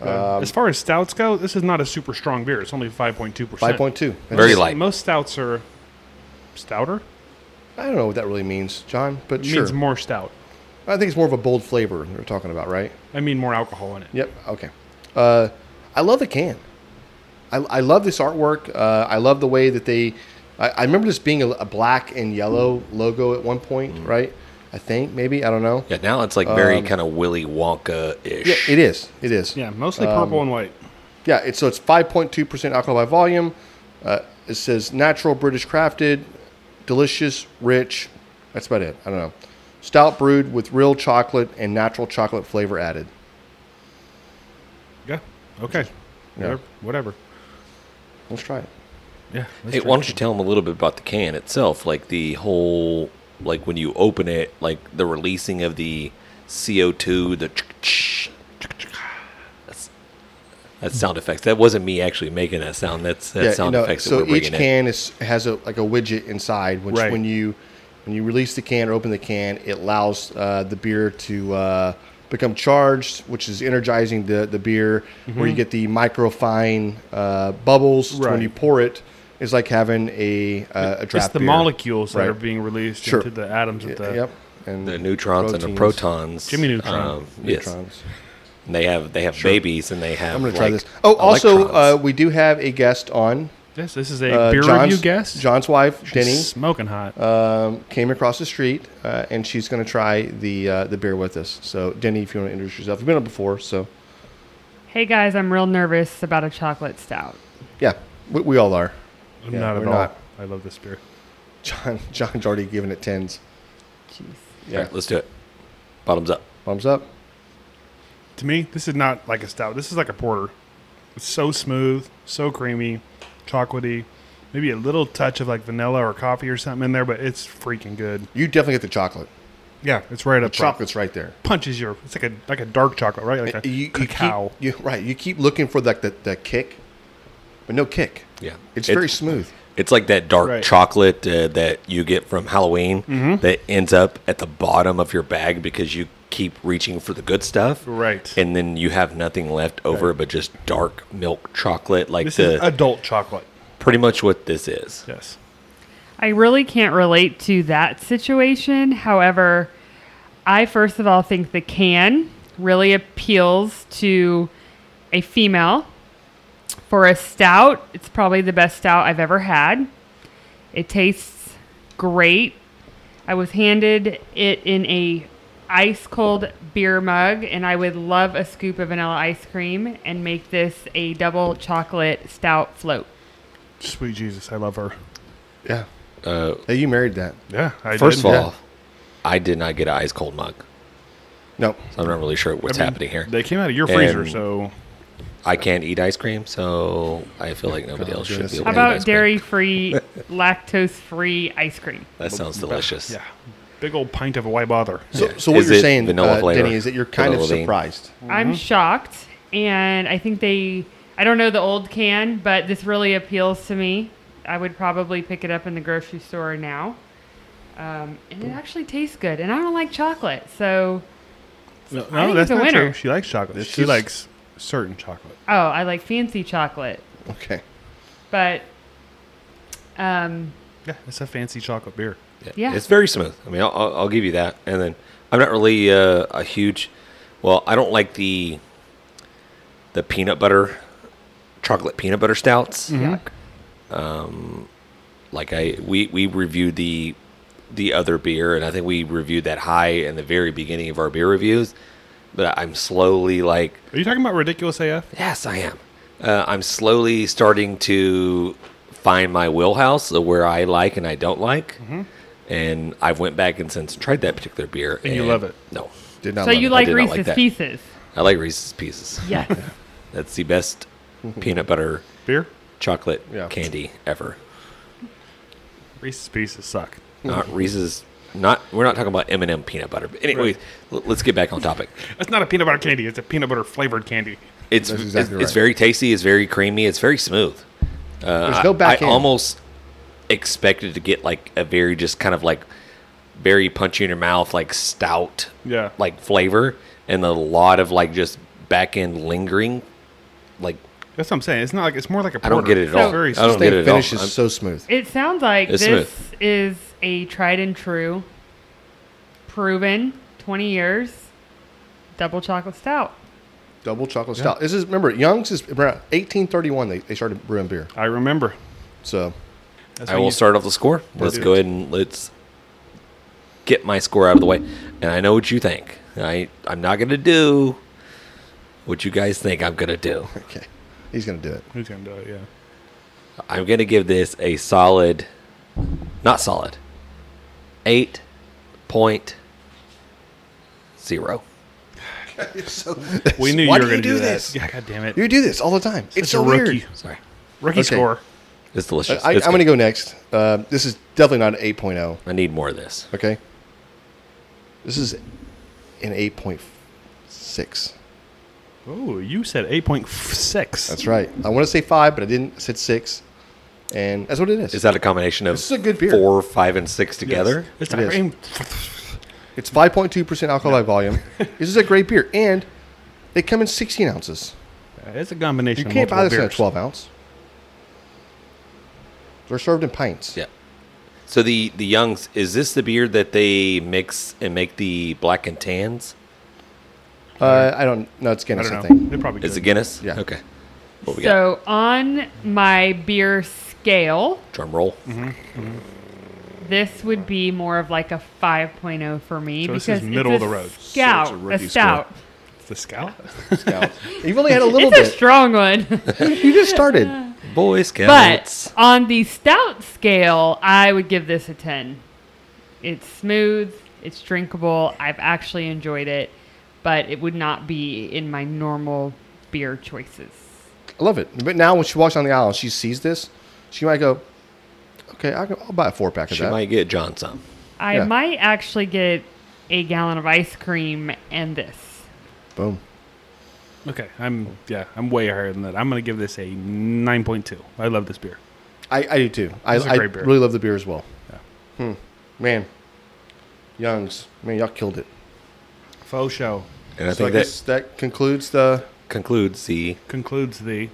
Speaker 4: Um,
Speaker 3: as far as stouts go, this is not a super strong beer. It's only 5.2%.
Speaker 4: Five point two.
Speaker 2: Very light.
Speaker 3: Most stouts are stouter.
Speaker 4: I don't know what that really means, John, but
Speaker 3: It
Speaker 4: sure.
Speaker 3: means more stout.
Speaker 4: I think it's more of a bold flavor we're talking about, right?
Speaker 3: I mean more alcohol in it.
Speaker 4: Yep. Okay. Uh, I love the can. I, I love this artwork. Uh, I love the way that they. I, I remember this being a, a black and yellow logo at one point, right? I think maybe I don't know.
Speaker 2: Yeah, now it's like very kind of Willy Wonka
Speaker 4: um, Yeah,
Speaker 2: ish.
Speaker 4: it is. It is.
Speaker 3: Yeah, mostly purple
Speaker 4: Um,
Speaker 3: and white.
Speaker 4: Yeah, it's, so it's 5.2% alcohol by volume. Uh, it says natural, British crafted, delicious, rich. That's about it. I don't know. Stout brewed with real chocolate and natural chocolate flavor added.
Speaker 3: Yeah. Okay.
Speaker 4: Yeah.
Speaker 3: Whatever.
Speaker 4: Let's try it.
Speaker 3: Yeah.
Speaker 2: Hey, why don't you tell them a little bit about the can itself? Like the whole, like when you open it, like the releasing of the CO2, the. That's, that's sound effects. That wasn't me actually making that sound. That's, that's sound effects
Speaker 4: so
Speaker 2: that we're
Speaker 4: each
Speaker 2: bringing in.
Speaker 4: can is, has a like a widget inside, which
Speaker 3: Right.
Speaker 4: when you when you release the can or open the can, it allows uh, the beer to uh, become charged, which is energizing the the beer. Where
Speaker 2: Mm-hmm.
Speaker 4: you get the microfine uh, bubbles so when
Speaker 3: Right.
Speaker 4: you pour it. It's like having a uh, a draft.
Speaker 3: It's the
Speaker 4: beer.
Speaker 3: molecules that
Speaker 4: Right.
Speaker 3: are being released
Speaker 4: Sure.
Speaker 3: into the atoms of the.
Speaker 4: Yep, and
Speaker 2: The neutrons and the protons. um,
Speaker 3: Jimmy Neutron.
Speaker 2: yes.
Speaker 4: Neutrons.
Speaker 2: And they have they have babies and they have.
Speaker 4: I'm gonna try
Speaker 2: like,
Speaker 4: this. Oh, also, uh,
Speaker 2: electrons.
Speaker 4: we do have a guest on
Speaker 3: Yes, this is a
Speaker 4: uh,
Speaker 3: beer
Speaker 4: John's,
Speaker 3: review guest.
Speaker 4: John's wife, Denny.
Speaker 3: Smoking hot.
Speaker 4: um, came across the street, uh, and she's going to try the uh, the beer with us. So, Denny, if you want to introduce yourself, you've been on before, so
Speaker 1: Hey guys, I'm real nervous about a chocolate stout.
Speaker 4: yeah, we, we all are. [LAUGHS]
Speaker 3: I'm
Speaker 4: yeah,
Speaker 3: not at
Speaker 4: we're
Speaker 3: all.
Speaker 4: not.
Speaker 3: I love this beer.
Speaker 4: John John's already given it tens.
Speaker 1: Jeez.
Speaker 4: Yeah,
Speaker 2: All right, let's do it. Bottoms up.
Speaker 4: thumbs up.
Speaker 3: To me, this is not like a stout. This is like a porter. It's so smooth, so creamy, chocolatey. Maybe a little touch of like vanilla or coffee or something in there, but it's freaking good.
Speaker 4: You definitely get the chocolate.
Speaker 3: Yeah, it's right up. front.
Speaker 4: Chocolate's right there.
Speaker 3: punches your. It's like a like a dark chocolate, right? Like a
Speaker 4: You- you keep-
Speaker 3: cacao.
Speaker 4: you- right. You keep looking for that the, the kick, but no kick.
Speaker 2: Yeah.
Speaker 4: It's
Speaker 2: It-
Speaker 4: very smooth.
Speaker 2: It's like that dark
Speaker 3: Right. Mm-hmm.
Speaker 2: chocolate uh, that you get from Halloween that ends up at the bottom of your bag because you keep reaching for the good stuff.
Speaker 3: Right.
Speaker 2: And then you have nothing left over but just dark milk chocolate, like
Speaker 3: this is
Speaker 2: the
Speaker 3: adult chocolate.
Speaker 2: pretty much what this is.
Speaker 3: Yes.
Speaker 1: I really can't relate to that situation. However, I first of all think the can really appeals to a female. For a stout, it's probably the best stout I've ever had. It tastes great. I was handed it in a ice cold beer mug and I would love a scoop of vanilla ice cream and make this a double chocolate stout float.
Speaker 3: Sweet Jesus, I love her.
Speaker 4: Yeah.
Speaker 2: Uh,
Speaker 4: Hey, you married that?
Speaker 3: Yeah. I
Speaker 2: first of
Speaker 3: did.
Speaker 2: all,
Speaker 4: yeah.
Speaker 2: I did not get an ice cold mug.
Speaker 4: No.
Speaker 2: So I'm not really sure what's
Speaker 3: I mean,
Speaker 2: happening here.
Speaker 3: They came out of your freezer,
Speaker 2: And-
Speaker 3: so
Speaker 2: I can't eat ice cream, so I feel like nobody
Speaker 4: God,
Speaker 2: else should
Speaker 4: we're doing
Speaker 2: be
Speaker 4: this
Speaker 2: able
Speaker 1: How
Speaker 2: to eat
Speaker 1: about
Speaker 2: ice cream. [LAUGHS]
Speaker 1: dairy free, lactose free ice cream?
Speaker 2: That sounds delicious.
Speaker 3: yeah, big old pint of why bother.
Speaker 4: So,
Speaker 2: Yeah.
Speaker 4: so what
Speaker 2: Is
Speaker 4: you're
Speaker 2: it
Speaker 4: saying,
Speaker 2: vanilla
Speaker 4: uh,
Speaker 2: flavor?
Speaker 4: Denny, is that you're kind of
Speaker 2: Vanilla bean?
Speaker 4: surprised.
Speaker 2: Mm-hmm.
Speaker 1: I'm shocked, and I think they. I don't know the old can, but this really appeals to me. I would probably pick it up in the grocery store now. Um, and it actually tastes good, and I don't like chocolate, so
Speaker 3: No,
Speaker 1: I think
Speaker 3: that's
Speaker 1: it's a
Speaker 3: not true.
Speaker 1: winner.
Speaker 3: She likes chocolate.
Speaker 4: This
Speaker 3: she
Speaker 4: is-
Speaker 3: likes certain chocolate.
Speaker 1: oh, I like fancy chocolate,
Speaker 4: Okay.
Speaker 1: but um,
Speaker 3: Yeah, it's a fancy chocolate beer.
Speaker 1: Yeah.
Speaker 2: It's very smooth. I mean, I'll, I'll I'll give you that. And then I'm not really uh, a huge, well, I don't like the the peanut butter, chocolate peanut butter stouts. Um,
Speaker 1: Yuck.
Speaker 2: Like I, we we reviewed the the other beer, and I think we reviewed that high in the very beginning of our beer reviews. But I'm slowly like,
Speaker 3: Are you talking about ridiculous AF?
Speaker 2: yes, I am. Uh, I'm slowly starting to find my wheelhouse of where I like and I don't like.
Speaker 3: Mm-hmm.
Speaker 2: And I've went back and since tried that particular beer,
Speaker 3: And you love it.
Speaker 2: No,
Speaker 4: Did not
Speaker 1: So
Speaker 4: love
Speaker 1: you
Speaker 4: it.
Speaker 1: like
Speaker 2: did not like
Speaker 1: Reese's
Speaker 2: that. [LAUGHS]
Speaker 1: Pieces?
Speaker 2: I like Reese's Pieces.
Speaker 1: Yes.
Speaker 2: That's the best
Speaker 3: Mm-hmm.
Speaker 2: peanut butter
Speaker 3: Beer?
Speaker 2: chocolate
Speaker 4: Yeah.
Speaker 2: candy ever.
Speaker 3: Reese's Pieces suck.
Speaker 2: Not Uh, Reese's. Not we're not talking about M and m peanut butter. But anyway, l- let's get back on topic.
Speaker 3: That's not a peanut butter candy. It's a peanut butter flavored candy.
Speaker 2: It's
Speaker 4: That's
Speaker 2: it's-
Speaker 4: exactly
Speaker 2: it's,
Speaker 4: right.
Speaker 2: very tasty. It's very creamy. It's very smooth. Uh,
Speaker 4: There's no
Speaker 2: I-
Speaker 4: back
Speaker 2: I,
Speaker 4: end.
Speaker 2: almost expected to get like a very just kind of like very punchy in your mouth like stout
Speaker 3: Yeah.
Speaker 2: like flavor and a lot of like just back end lingering like
Speaker 3: That's what I'm saying. It's not like it's more like a.
Speaker 2: I
Speaker 3: Porter.
Speaker 2: don't get it at
Speaker 1: So-
Speaker 2: all.
Speaker 3: Very
Speaker 2: I don't
Speaker 4: This
Speaker 2: get
Speaker 4: thing
Speaker 2: it at all.
Speaker 4: finishes
Speaker 2: I'm-
Speaker 4: so smooth.
Speaker 1: It sounds like
Speaker 2: It's
Speaker 1: this is a tried and true, proven 20 years, double chocolate stout.
Speaker 4: Double chocolate stout. This is remember Young's is around 1831. They, they started brewing beer.
Speaker 3: I remember.
Speaker 4: So
Speaker 3: That's
Speaker 2: I
Speaker 3: how
Speaker 2: will
Speaker 3: you-
Speaker 2: start off the score. Let's
Speaker 3: do
Speaker 2: go
Speaker 3: it.
Speaker 2: ahead and let's get my score out of the way. And I know what you think. I I'm not gonna do what you guys think I'm gonna do.
Speaker 4: okay, he's gonna do it.
Speaker 3: Who's gonna do it? Yeah.
Speaker 2: [LAUGHS] I'm gonna give this a solid, not solid, eight point zero.
Speaker 3: We knew
Speaker 4: Why
Speaker 3: you were
Speaker 4: do
Speaker 3: gonna
Speaker 4: you
Speaker 3: do,
Speaker 4: do
Speaker 3: that.
Speaker 4: this?
Speaker 3: Yeah, God damn it.
Speaker 4: [LAUGHS] You do this all the time. It's,
Speaker 3: It's
Speaker 4: so
Speaker 3: a rookie.
Speaker 4: weird.
Speaker 2: Sorry,
Speaker 3: Rookie
Speaker 4: Okay.
Speaker 3: score.
Speaker 2: it's
Speaker 4: I,
Speaker 2: delicious.
Speaker 4: I, I'm
Speaker 2: It's
Speaker 4: going to
Speaker 2: good.
Speaker 4: go next. Uh, this is definitely not an 8.0.
Speaker 2: I need more of this.
Speaker 4: Okay. This is an 8.6.
Speaker 3: Oh, you said eight point six.
Speaker 4: That's right. I want to say five, but I didn't. I said six, and that's what it is.
Speaker 2: Is that a combination of
Speaker 4: This is a good beer.
Speaker 2: four, five, and six together?
Speaker 3: It's
Speaker 4: It
Speaker 3: not
Speaker 4: is.
Speaker 3: aim-
Speaker 4: It's 5.2 percent alcohol by volume.
Speaker 2: [LAUGHS]
Speaker 4: this is a great beer, and they come in 16 ounces.
Speaker 3: It's a combination.
Speaker 4: You
Speaker 3: of
Speaker 4: can't buy
Speaker 3: multiple
Speaker 4: this in a
Speaker 3: beers.
Speaker 4: 12 ounce. They're served in pints.
Speaker 2: Yeah. So the the Youngs is this the beer that they mix and make the black and tans?
Speaker 4: Uh, I don't. No, it's Guinness. I,
Speaker 3: I don't know.
Speaker 4: think.
Speaker 3: They probably
Speaker 2: Is
Speaker 3: did.
Speaker 2: it Guinness?
Speaker 4: Yeah.
Speaker 2: Okay. What we got?
Speaker 1: So on my beer scale,
Speaker 2: Drum roll.
Speaker 4: Mm-hmm.
Speaker 1: this would be more of like a 5.0 for me
Speaker 3: So
Speaker 1: because
Speaker 3: this is middle
Speaker 1: it's
Speaker 3: of the
Speaker 1: a
Speaker 3: road. So it's
Speaker 1: Scout,
Speaker 4: a
Speaker 1: a,
Speaker 4: rookie
Speaker 1: stout.
Speaker 3: The scout. [LAUGHS]
Speaker 4: You've only had a little
Speaker 1: It's a
Speaker 4: bit.
Speaker 1: strong one. [LAUGHS]
Speaker 4: you just started.
Speaker 2: Boy
Speaker 1: But
Speaker 2: Scouts.
Speaker 1: on the stout scale, I would give this a 10. It's smooth, it's drinkable. I've actually enjoyed it, but it would not be in my normal beer choices.
Speaker 4: I love it. But now when she walks down the aisle and she sees this, she might go, "Okay, I can, I'll buy a four pack of
Speaker 2: she
Speaker 4: that."
Speaker 2: might get John some.
Speaker 1: I
Speaker 4: Yeah.
Speaker 1: might actually get a gallon of ice cream and this.
Speaker 4: Boom.
Speaker 3: Okay, I'm yeah, I'm way higher than that. I'm gonna give this a nine point two. I love this beer.
Speaker 4: I, I do too. I,
Speaker 3: It's a
Speaker 4: I
Speaker 3: great beer.
Speaker 4: really love the beer as well.
Speaker 3: Yeah.
Speaker 4: Hmm. Man, Youngs, man, y'all killed it.
Speaker 3: Faux show
Speaker 2: And I
Speaker 4: so I
Speaker 2: think
Speaker 4: guess
Speaker 2: that
Speaker 4: that concludes the.
Speaker 2: concludes the
Speaker 3: concludes the.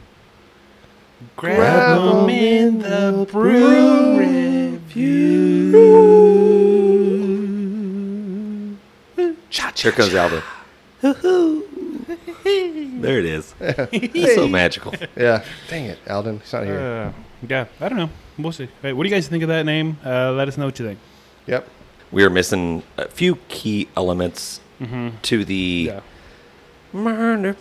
Speaker 4: Grab 'em
Speaker 3: in the
Speaker 4: brew
Speaker 2: Here comes Alvin. there it is. It's so magical.
Speaker 4: Yeah. Dang it, Alden, he's not
Speaker 3: Uh,
Speaker 4: here.
Speaker 3: yeah, I don't know. We'll see. Hey, what do you guys think of that name? Uh, let us know what you think.
Speaker 4: yep.
Speaker 2: We are missing a few key elements to the.
Speaker 3: Yeah,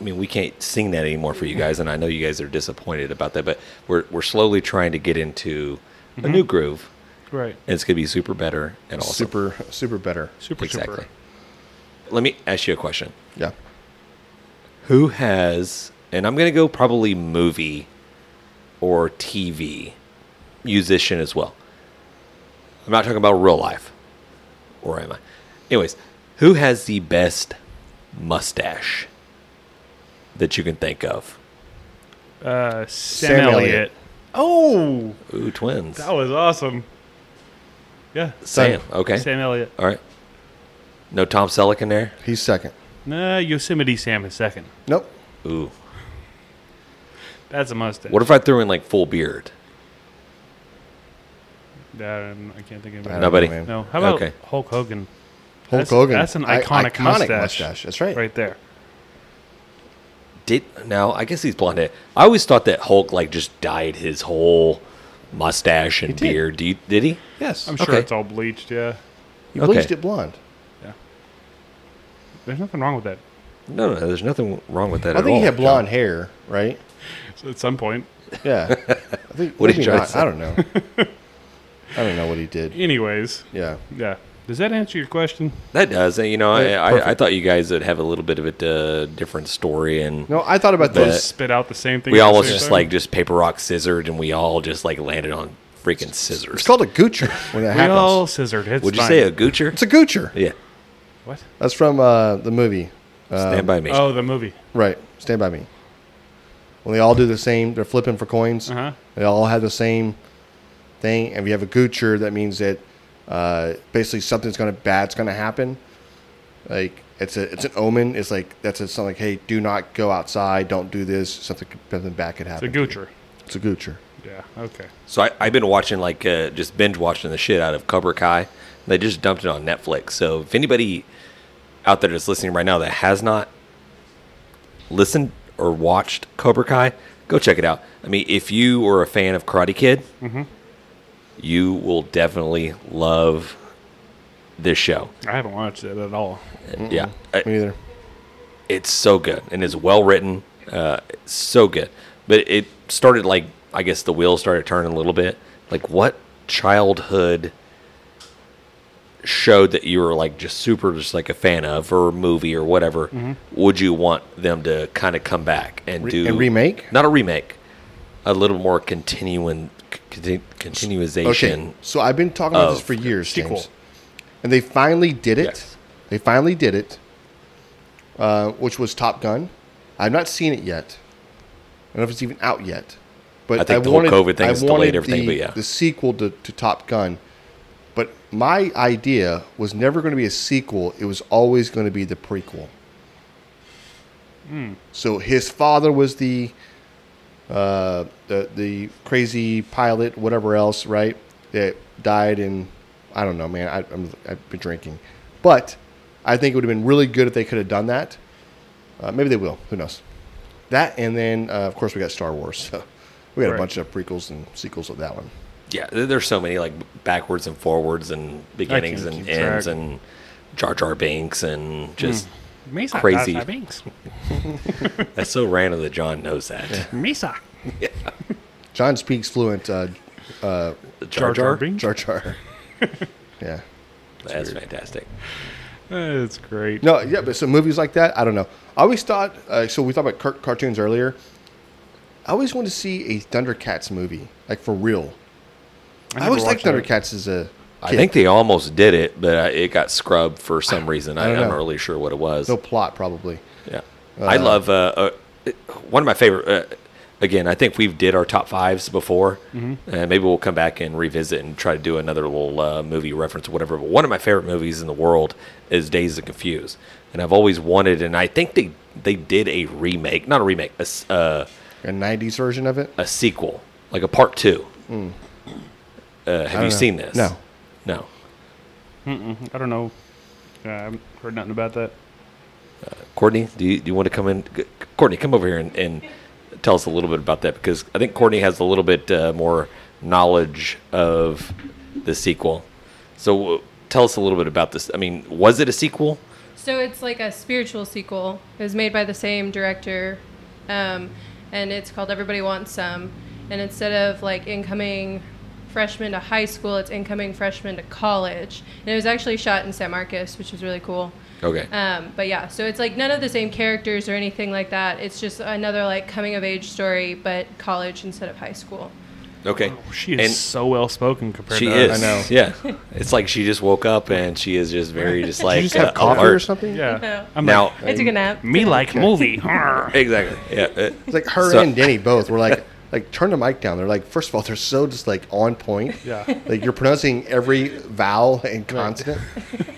Speaker 2: I mean, we can't sing that anymore for you guys, and I know you guys are disappointed about that, but we're we're slowly trying to get into a new groove,
Speaker 3: right.
Speaker 2: and it's gonna be super better and awesome.
Speaker 4: Super, super better.
Speaker 3: Super
Speaker 2: exactly.
Speaker 3: super.
Speaker 2: Let me ask you a question.
Speaker 4: Yeah.
Speaker 2: Who has, and I'm gonna go probably movie or TV musician as well. I'm not talking about real life, or am I? Anyways, who has the best mustache that you can think of?
Speaker 3: Uh, Sam,
Speaker 4: Sam
Speaker 3: Elliott.
Speaker 4: Elliott.
Speaker 3: Oh,
Speaker 2: Ooh, twins.
Speaker 3: that was awesome. Yeah,
Speaker 2: Sam. Okay.
Speaker 3: Sam Elliott.
Speaker 2: All right. No Tom Selleck in there.
Speaker 4: He's second.
Speaker 3: Nah, Yosemite Sam is second.
Speaker 4: Nope.
Speaker 2: Ooh.
Speaker 3: That's a mustache.
Speaker 2: What if I threw in like full beard?
Speaker 3: Um, I can't think of
Speaker 4: I
Speaker 3: it.
Speaker 4: don't
Speaker 2: Nobody.
Speaker 4: know, man.
Speaker 3: No, how about
Speaker 2: Okay.
Speaker 3: Hulk Hogan?
Speaker 4: Hulk
Speaker 3: That's-
Speaker 4: Hogan.
Speaker 3: That's an
Speaker 4: I-
Speaker 3: iconic, mustache,
Speaker 4: That's right.
Speaker 3: right there.
Speaker 2: did now I guess he's blonde hair. I always thought that Hulk like just dyed his whole mustache and
Speaker 4: did.
Speaker 2: beard. Do you, did he?
Speaker 4: Yes.
Speaker 3: I'm sure
Speaker 2: Okay.
Speaker 3: it's all bleached. Yeah,
Speaker 4: you
Speaker 2: okay.
Speaker 4: bleached it blonde.
Speaker 3: there's nothing wrong with that.
Speaker 2: No, no, there's nothing wrong with that
Speaker 4: I
Speaker 2: at
Speaker 4: think
Speaker 2: all.
Speaker 4: he had blonde hair, right?
Speaker 3: So at some point,
Speaker 2: [LAUGHS]
Speaker 4: Yeah. I think,
Speaker 2: What did
Speaker 4: maybe
Speaker 2: you try to
Speaker 4: not.
Speaker 2: say?
Speaker 4: I don't know.
Speaker 2: [LAUGHS]
Speaker 4: I don't know what he did.
Speaker 3: anyways,
Speaker 4: Yeah.
Speaker 3: yeah. Does that answer your question?
Speaker 2: That does. You know, I,
Speaker 4: Yeah,
Speaker 2: I, I
Speaker 4: perfect.
Speaker 2: thought you guys would have a little bit of a uh, different story, and
Speaker 4: No, I thought about
Speaker 2: But-
Speaker 4: this.
Speaker 3: Spit out the same thing.
Speaker 2: we
Speaker 3: at the
Speaker 2: all was
Speaker 3: same
Speaker 2: just
Speaker 3: time?
Speaker 2: like just paper rock scissored, and we all just like landed on freaking scissors.
Speaker 4: It's called a goocher when that
Speaker 3: we
Speaker 4: happens.
Speaker 3: all scissored. It's
Speaker 2: Would you
Speaker 3: fine.
Speaker 2: say a goocher?
Speaker 4: It's a goocher.
Speaker 2: Yeah,
Speaker 3: what?
Speaker 4: That's from uh, the movie.
Speaker 2: stand by
Speaker 4: Uh,
Speaker 2: me.
Speaker 3: Oh, the movie.
Speaker 4: Right. Stand by me. When they all do the same, they're flipping for coins.
Speaker 3: Uh huh.
Speaker 4: They all have the same thing. And if you have a goocher, that means that uh, basically something's going to bad's going to happen. Like it's a it's an omen. It's like that's a, something like hey, do not go outside. Don't do this. Something something bad could
Speaker 3: The
Speaker 4: happen.
Speaker 3: Goocher.
Speaker 4: It's a goocher.
Speaker 3: Yeah. Okay.
Speaker 2: So I, I've been watching like uh, just binge watching the shit out of Cobra Kai. They just dumped it on Netflix. So if anybody out there that's listening right now that has not listened or watched Cobra Kai, go check it out. I mean, if you are a fan of Karate Kid, you will definitely love this show.
Speaker 3: I haven't watched it at all.
Speaker 2: Yeah, I-
Speaker 4: Me neither.
Speaker 2: it's so good and it's well written uh, it's so good but it started like i guess the wheels started turning a little bit like what childhood showed that you were like just super just like a fan of or movie or whatever
Speaker 4: Mm-hmm.
Speaker 2: would you want them to kind of come back and do
Speaker 4: and remake?
Speaker 2: not a remake a little more continuing continu- continuization
Speaker 4: Okay, so I've been talking about this
Speaker 2: of
Speaker 4: for years,
Speaker 3: sequel.
Speaker 4: James. and they finally did it.
Speaker 2: Yes.
Speaker 4: They finally did it, uh, which was Top Gun. I've not seen it yet. I don't know if it's even out yet. But
Speaker 2: I think the whole
Speaker 4: wanted,
Speaker 2: COVID thing
Speaker 4: I
Speaker 2: has delayed
Speaker 4: wanted
Speaker 2: everything,
Speaker 4: the,
Speaker 2: but yeah.
Speaker 4: the sequel to, to Top Gun. But my idea was never going to be a sequel. It was always going to be the prequel. So his father was the uh, the the crazy pilot, whatever else, right? That died in I don't know, man. I, I'm, I've been drinking, but I think it would have been really good if they could have done that. Uh, maybe they will. Who knows? That and then uh, of course we got Star Wars. So we got
Speaker 3: Right.
Speaker 4: a bunch of prequels and sequels of that one.
Speaker 2: yeah there- there's so many like backwards and forwards and beginnings
Speaker 3: can't
Speaker 2: and
Speaker 3: keep
Speaker 2: ends
Speaker 3: track.
Speaker 2: and jar jar binks and just
Speaker 3: Mesa.
Speaker 2: Crazy.
Speaker 3: Gaza Binks.
Speaker 2: That's so random that John knows that.
Speaker 3: Mesa.
Speaker 4: John speaks fluent uh, uh,
Speaker 2: [LAUGHS] The Jar Jar?
Speaker 3: Binks. [LAUGHS]
Speaker 4: Jar Jar. yeah.
Speaker 2: That's fantastic.
Speaker 3: That's great.
Speaker 4: No, yeah, but so movies like that, I don't know. I always thought, uh, so we talked about car- cartoons earlier. I always wanted to see a Thundercats movie, like for real. I,
Speaker 3: never
Speaker 4: always liked
Speaker 3: watched it.
Speaker 4: Thundercats as a
Speaker 2: I
Speaker 4: kid.
Speaker 2: think they almost did it, but uh, it got scrubbed for some reason. I
Speaker 4: don't
Speaker 2: I, am
Speaker 4: know.
Speaker 2: not really sure what it was.
Speaker 4: no plot probably.
Speaker 2: Yeah, I love uh, uh, it- one of my favorite. Uh, again, I think we've did our top fives before,
Speaker 4: Mm-hmm.
Speaker 2: and maybe we'll come back and revisit and try to do another little uh, movie reference or whatever. But one of my favorite movies in the world is Days of Confused, and I've always wanted. And I think they they did a remake, not a remake, a s uh,
Speaker 4: A '90s version of it.
Speaker 2: a sequel, like a part two. Uh, have you
Speaker 4: Mm. know.
Speaker 2: seen this?
Speaker 4: No.
Speaker 2: No.
Speaker 3: I don't know. Uh, I haven't heard nothing about that.
Speaker 2: Courtney, do you, do you want to come in? G- Courtney, come over here and, and tell us a little bit about that because I think Courtney has a little bit uh, more knowledge of the sequel. So uh, tell us a little bit about this. I mean, was it a sequel?
Speaker 5: So it's like a spiritual sequel. It was made by the same director, um, and it's called Everybody Wants Some. And instead of like incoming freshmen to high school, it's incoming freshmen to college. And it was actually shot in San Marcos, which was really cool.
Speaker 2: Okay.
Speaker 4: Uh,
Speaker 5: Um, but yeah, so it's like none of the same characters or anything like that. It's just another like coming of age story, but college instead of high school.
Speaker 2: Okay.
Speaker 4: Oh,
Speaker 3: She is so well spoken
Speaker 2: and
Speaker 3: compared
Speaker 2: she
Speaker 3: to
Speaker 2: is.
Speaker 3: us.
Speaker 4: I know. [LAUGHS]
Speaker 2: Yeah. It's like she just woke up and she is just very just like
Speaker 4: Did you just have
Speaker 2: uh,
Speaker 4: coffee or
Speaker 2: alert.
Speaker 4: something?
Speaker 3: Yeah.
Speaker 5: No.
Speaker 3: I'm
Speaker 2: Now,
Speaker 5: I took a nap.
Speaker 3: like, me like
Speaker 4: [LAUGHS]
Speaker 3: movie. Arr.
Speaker 2: exactly. Yeah. uh,
Speaker 4: It's like her
Speaker 2: So-
Speaker 4: and Denny both
Speaker 2: [LAUGHS]
Speaker 4: were like, like turn the mic down. They're like, first of all, they're so just like on point.
Speaker 3: Yeah.
Speaker 4: Like you're pronouncing every vowel and consonant.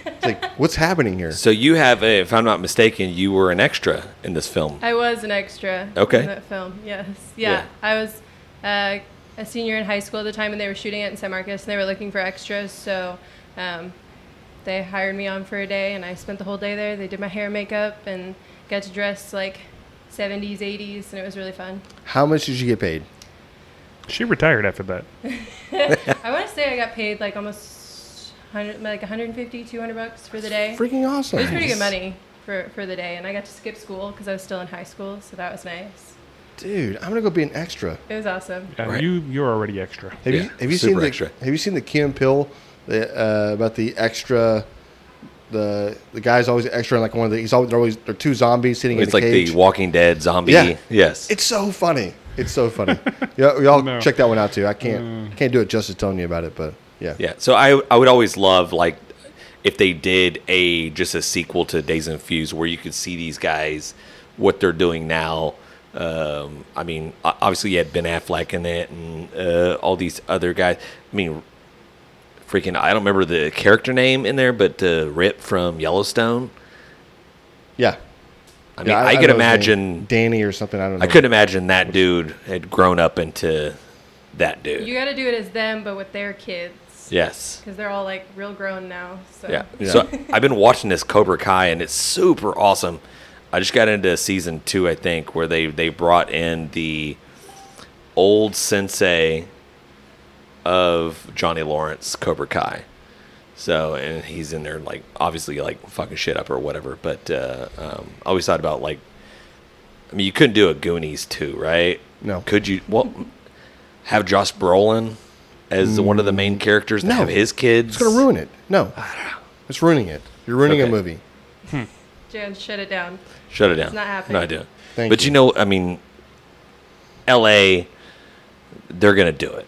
Speaker 4: It's like what's happening here?
Speaker 2: So you have, a, if I'm not mistaken, you were an extra in this film.
Speaker 5: I was an extra
Speaker 2: Okay.
Speaker 5: in that film. Yes.
Speaker 2: Yeah.
Speaker 5: Yeah. I was uh, a senior in high school at the time, and they were shooting it in San Marcos, and they were looking for extras. So um, they hired me on for a day, and I spent the whole day there. They did my hair, and makeup, and got to dress like 70s, 80s, and it was really fun.
Speaker 4: How much did you get paid?
Speaker 3: She retired after that.
Speaker 5: I want to say I got paid like almost 100, like 150, 200 bucks for the day.
Speaker 4: Freaking
Speaker 5: It
Speaker 4: awesome.
Speaker 5: was pretty good money for, for the day, and I got to skip school because I was still in high school, so that was nice.
Speaker 4: Dude, I'm gonna go be an extra.
Speaker 5: It was awesome.
Speaker 3: Yeah,
Speaker 2: Right.
Speaker 3: Uh, You you're already extra.
Speaker 4: Have you
Speaker 2: Yeah,
Speaker 4: have you
Speaker 2: super
Speaker 4: seen the
Speaker 2: extra.
Speaker 4: Have you seen the Kim Pill the, uh, about the extra? The the guy's always extra in like one of the he's always they're always there are two zombies sitting in
Speaker 2: It's
Speaker 4: the
Speaker 2: like
Speaker 4: cage.
Speaker 2: the Walking Dead zombie.
Speaker 4: Yeah.
Speaker 2: Yes.
Speaker 4: it's so funny. It's so funny. [LAUGHS] yeah, y'all
Speaker 3: No.
Speaker 4: check that one out too. I can't can't do it justice telling you about it, but yeah,
Speaker 2: yeah. So I I would always love like if they did a just a sequel to Days Infused where you could see these guys what they're doing now. Um, I mean, o- obviously you had Ben Affleck in it and uh, all these other guys. I mean, freaking I don't remember the character name in there, but uh, Rip from Yellowstone.
Speaker 4: yeah.
Speaker 2: I mean, I, could imagine.
Speaker 4: Danny or something. I don't. know.
Speaker 2: I could imagine that dude had grown up into that dude.
Speaker 5: You got to do it as them, but with their kids.
Speaker 2: yes.
Speaker 5: Because they're all like real grown now. So.
Speaker 2: Yeah.
Speaker 4: Yeah.
Speaker 2: So I've been watching this Cobra Kai, and it's super awesome. I just got into season two, I think, where they they brought in the old sensei of Johnny Lawrence Cobra Kai. So and he's in there like obviously like fucking shit up or whatever. But uh, um, I always thought about like, I mean, you couldn't do a Goonies two, right?
Speaker 4: No.
Speaker 2: Could you? Well, have Josh Brolin as one of the main characters. to
Speaker 4: Mm. No.
Speaker 2: Have his kids.
Speaker 4: It's gonna ruin it. No, it's ruining it. You're ruining a
Speaker 2: Okay.
Speaker 4: movie.
Speaker 5: Jan, shut it down.
Speaker 2: Shut it down.
Speaker 5: not happening.
Speaker 2: No, I do.
Speaker 4: Thank
Speaker 2: but
Speaker 4: you.
Speaker 2: you. know, I mean, L.A. They're gonna do it.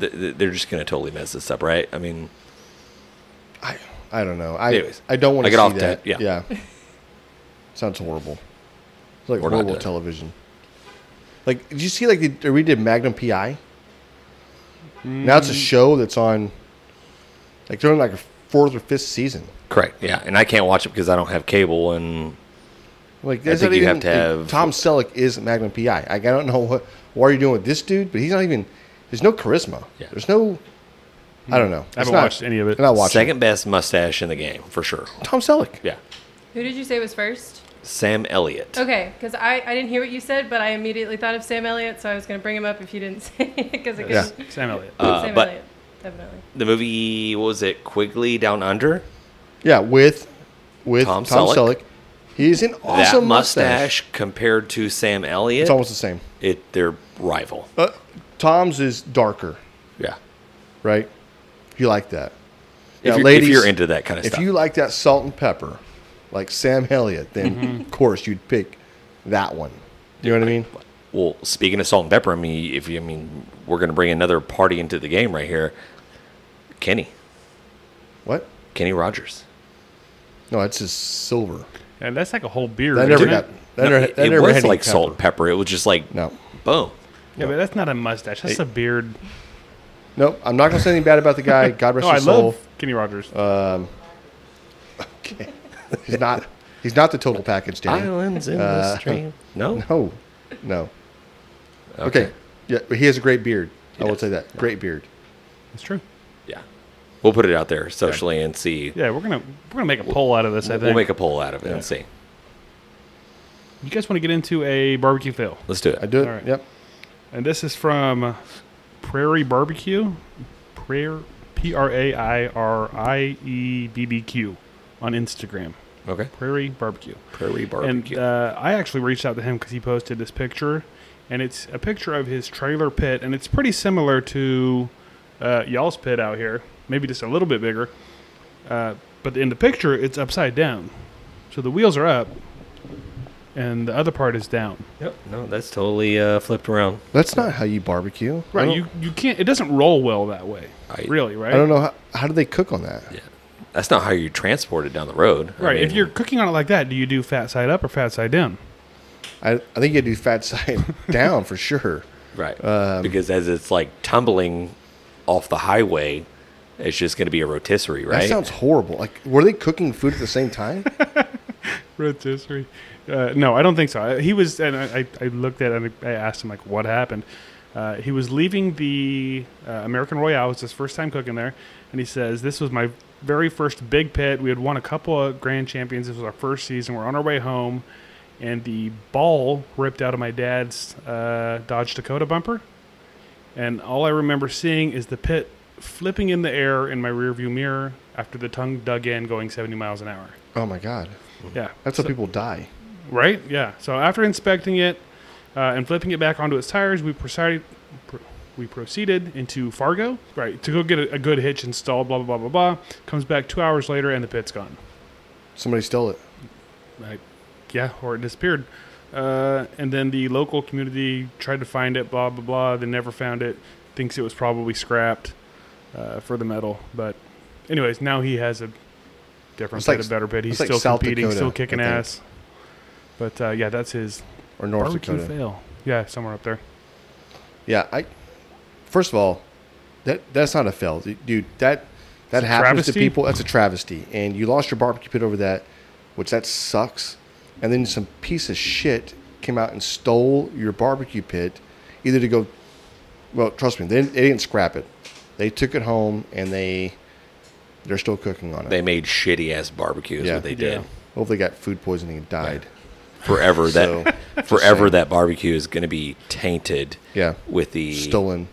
Speaker 2: Th- th- They're just gonna totally mess this up, right? I mean,
Speaker 4: I I don't know. I
Speaker 2: Anyways,
Speaker 4: I don't want
Speaker 2: I get
Speaker 4: to see
Speaker 2: off
Speaker 4: that.
Speaker 2: that, yeah.
Speaker 4: [LAUGHS] Sounds horrible. It's like
Speaker 2: We're not
Speaker 4: horrible
Speaker 2: done.
Speaker 4: television. Like, did you see like they we did Magnum PI? Now it's a show that's on. Like they're in like a fourth or fifth season.
Speaker 2: correct. Yeah, and I can't watch it because I don't have cable, and
Speaker 4: Like
Speaker 2: I
Speaker 4: that's
Speaker 2: think
Speaker 4: not
Speaker 2: you have
Speaker 4: even-
Speaker 2: to have-
Speaker 4: Tom Selleck is Magnum PI. Like, I don't know what what are you doing with this dude, but he's not even. There's no charisma.
Speaker 2: Yeah.
Speaker 4: There's no. I don't know. It's
Speaker 3: haven't
Speaker 4: not-
Speaker 3: watched any of it.
Speaker 4: I'm not watching.
Speaker 2: second best mustache in the game for sure.
Speaker 4: Tom Selleck.
Speaker 2: Yeah,
Speaker 5: Who did you say was first?
Speaker 2: Sam Elliott.
Speaker 5: Okay, because I, I didn't hear what you said, but I immediately thought of Sam Elliott, so I was going to bring him up if you didn't [LAUGHS] say it because I
Speaker 4: Yeah.
Speaker 5: couldn't.
Speaker 3: Sam Elliott.
Speaker 2: Uh,
Speaker 5: Sam
Speaker 2: but-
Speaker 5: Elliott, definitely.
Speaker 2: The movie what was it Quigley Down Under?
Speaker 4: Yeah, with with
Speaker 2: Tom
Speaker 4: Tom,
Speaker 2: Selleck.
Speaker 4: Selleck. He's an awesome
Speaker 2: that
Speaker 4: mustache.
Speaker 2: mustache compared to Sam Elliott,
Speaker 4: It's almost the same.
Speaker 2: it their rival.
Speaker 4: Uh, Tom's is darker,
Speaker 2: Yeah.
Speaker 4: right? If you like that.
Speaker 2: If,
Speaker 4: Now,
Speaker 2: you're,
Speaker 4: ladies,
Speaker 2: if you're into that kind of
Speaker 4: if
Speaker 2: stuff,
Speaker 4: you like that salt and pepper, like Sam Elliott, then
Speaker 2: Mm-hmm.
Speaker 4: of course you'd pick that one. You know what I mean?
Speaker 2: Well, speaking of salt and pepper, I mean, if you, I mean, we're going to bring another party into the game right here. Kenny,
Speaker 4: What?
Speaker 2: Kenny Rogers.
Speaker 4: No, that's just silver.
Speaker 3: and that's like a whole beer.
Speaker 4: That never
Speaker 3: isn't
Speaker 4: got.
Speaker 3: it?
Speaker 4: That
Speaker 2: No,
Speaker 4: never,
Speaker 2: it
Speaker 4: that
Speaker 2: it
Speaker 4: never
Speaker 2: was
Speaker 4: had any
Speaker 2: like
Speaker 4: pepper.
Speaker 2: salt and pepper. It was just like,
Speaker 4: No.
Speaker 2: boom.
Speaker 3: Yeah, but that's not a mustache. That's a beard.
Speaker 4: Nope. I'm not gonna say anything bad about the guy. God rest
Speaker 3: No, I
Speaker 4: his soul.
Speaker 3: love Kenny Rogers.
Speaker 4: uh, Okay. he's not. He's not the total package, Danny.
Speaker 2: Islands in the stream. No?
Speaker 4: No, no. Okay. Yeah, but he has a great beard. I will
Speaker 2: Yes.
Speaker 4: say that. Great beard.
Speaker 3: That's true.
Speaker 2: Yeah. We'll put it out there socially and see.
Speaker 3: Yeah, we're gonna we're gonna make a poll out of this. I
Speaker 2: We'll,
Speaker 3: think.
Speaker 2: we'll make a poll out of it and see.
Speaker 3: you guys want to get into a barbecue fail,
Speaker 2: Let's do
Speaker 4: I
Speaker 2: it.
Speaker 4: do it.
Speaker 3: All right.
Speaker 4: Yep.
Speaker 3: and this is from Prairie Barbecue, Prayer P R A I R I E B B Q on Instagram.
Speaker 2: Okay.
Speaker 3: Prairie Barbecue.
Speaker 2: Prairie barbecue.
Speaker 3: And uh, I actually reached out to him because he posted this picture, and it's a picture of his trailer pit, and it's pretty similar to uh, y'all's pit out here, maybe just a little bit bigger. Uh, but in the picture, it's upside down, so the wheels are up, and the other part is down.
Speaker 2: yep. No, that's totally uh, flipped around.
Speaker 4: That's not how you barbecue. I
Speaker 3: Right?
Speaker 4: don't-
Speaker 3: You you can't. It doesn't roll well that way.
Speaker 2: I-
Speaker 3: really? Right?
Speaker 4: I don't know how, how do they cook on that.
Speaker 2: Yeah. That's not how you transport it down the road. I
Speaker 3: Right. if
Speaker 2: mean,
Speaker 3: you're cooking on it like that, do you do fat side up or fat side down?
Speaker 4: I, I think you
Speaker 3: [LAUGHS]
Speaker 4: do fat side down for sure.
Speaker 2: Right. because as it's like tumbling off the highway, it's just going to be a rotisserie,
Speaker 4: That
Speaker 2: right?
Speaker 4: sounds horrible. Like, were they cooking food at the
Speaker 3: [LAUGHS]
Speaker 4: same time?
Speaker 3: rotisserie. Uh, no, I don't think so. I- He was, and I, I- I looked at it and I asked him like, what happened. Uh, he was leaving the uh, American Royale. It was his first time cooking there, and he says, "This was my very first big pit. We had won a couple of Grand Champions. This was our first season. We're on our way home, and the ball ripped out of my dad's uh, Dodge Dakota bumper. And all I remember seeing is the pit flipping in the air in my rearview mirror after the tongue dug in going 70 miles an hour.
Speaker 4: Oh my god,
Speaker 3: Yeah.
Speaker 4: that's
Speaker 3: so,
Speaker 4: how people die.
Speaker 3: Right? Yeah. So after inspecting it uh, and flipping it back onto its tires, we proceeded, pro- we proceeded into Fargo, right, to go get a, a good hitch installed, blah, blah, blah, blah, blah. Comes back two hours later and the pit's gone.
Speaker 4: Somebody stole it.
Speaker 3: I, yeah, or it disappeared. Uh, and then the local community tried to find it, blah, blah, blah. They never found it. Thinks it was probably scrapped uh, for the metal. But, anyways, now he has a different
Speaker 4: It's
Speaker 3: pit,
Speaker 4: like-
Speaker 3: a better pit. He's
Speaker 4: it's like
Speaker 3: still
Speaker 4: South
Speaker 3: competing,
Speaker 4: Dakota,
Speaker 3: still
Speaker 4: I
Speaker 3: kicking
Speaker 4: think.
Speaker 3: ass. But, uh, yeah, that's his
Speaker 4: Or North
Speaker 3: barbecue
Speaker 4: Dakota.
Speaker 3: fail. Yeah, somewhere up there.
Speaker 4: Yeah, I. First of all, that that's not a fail, dude. That that
Speaker 3: It's a
Speaker 4: happens to
Speaker 3: travesty.
Speaker 4: people. That's a travesty, and you lost your barbecue pit over that, which that sucks. And then some piece of shit came out and stole your barbecue pit, either to go. Well, trust me, they, didn't- they didn't scrap it. They took it home and they they're still cooking on it.
Speaker 2: They made shitty ass barbecues.
Speaker 4: Yeah.
Speaker 2: What they
Speaker 3: Yeah.
Speaker 2: did
Speaker 4: Hopefully, got food poisoning and died.
Speaker 2: forever [LAUGHS]
Speaker 4: So,
Speaker 2: that forever that barbecue is going to be tainted.
Speaker 4: Yeah.
Speaker 2: with the
Speaker 4: Stolen,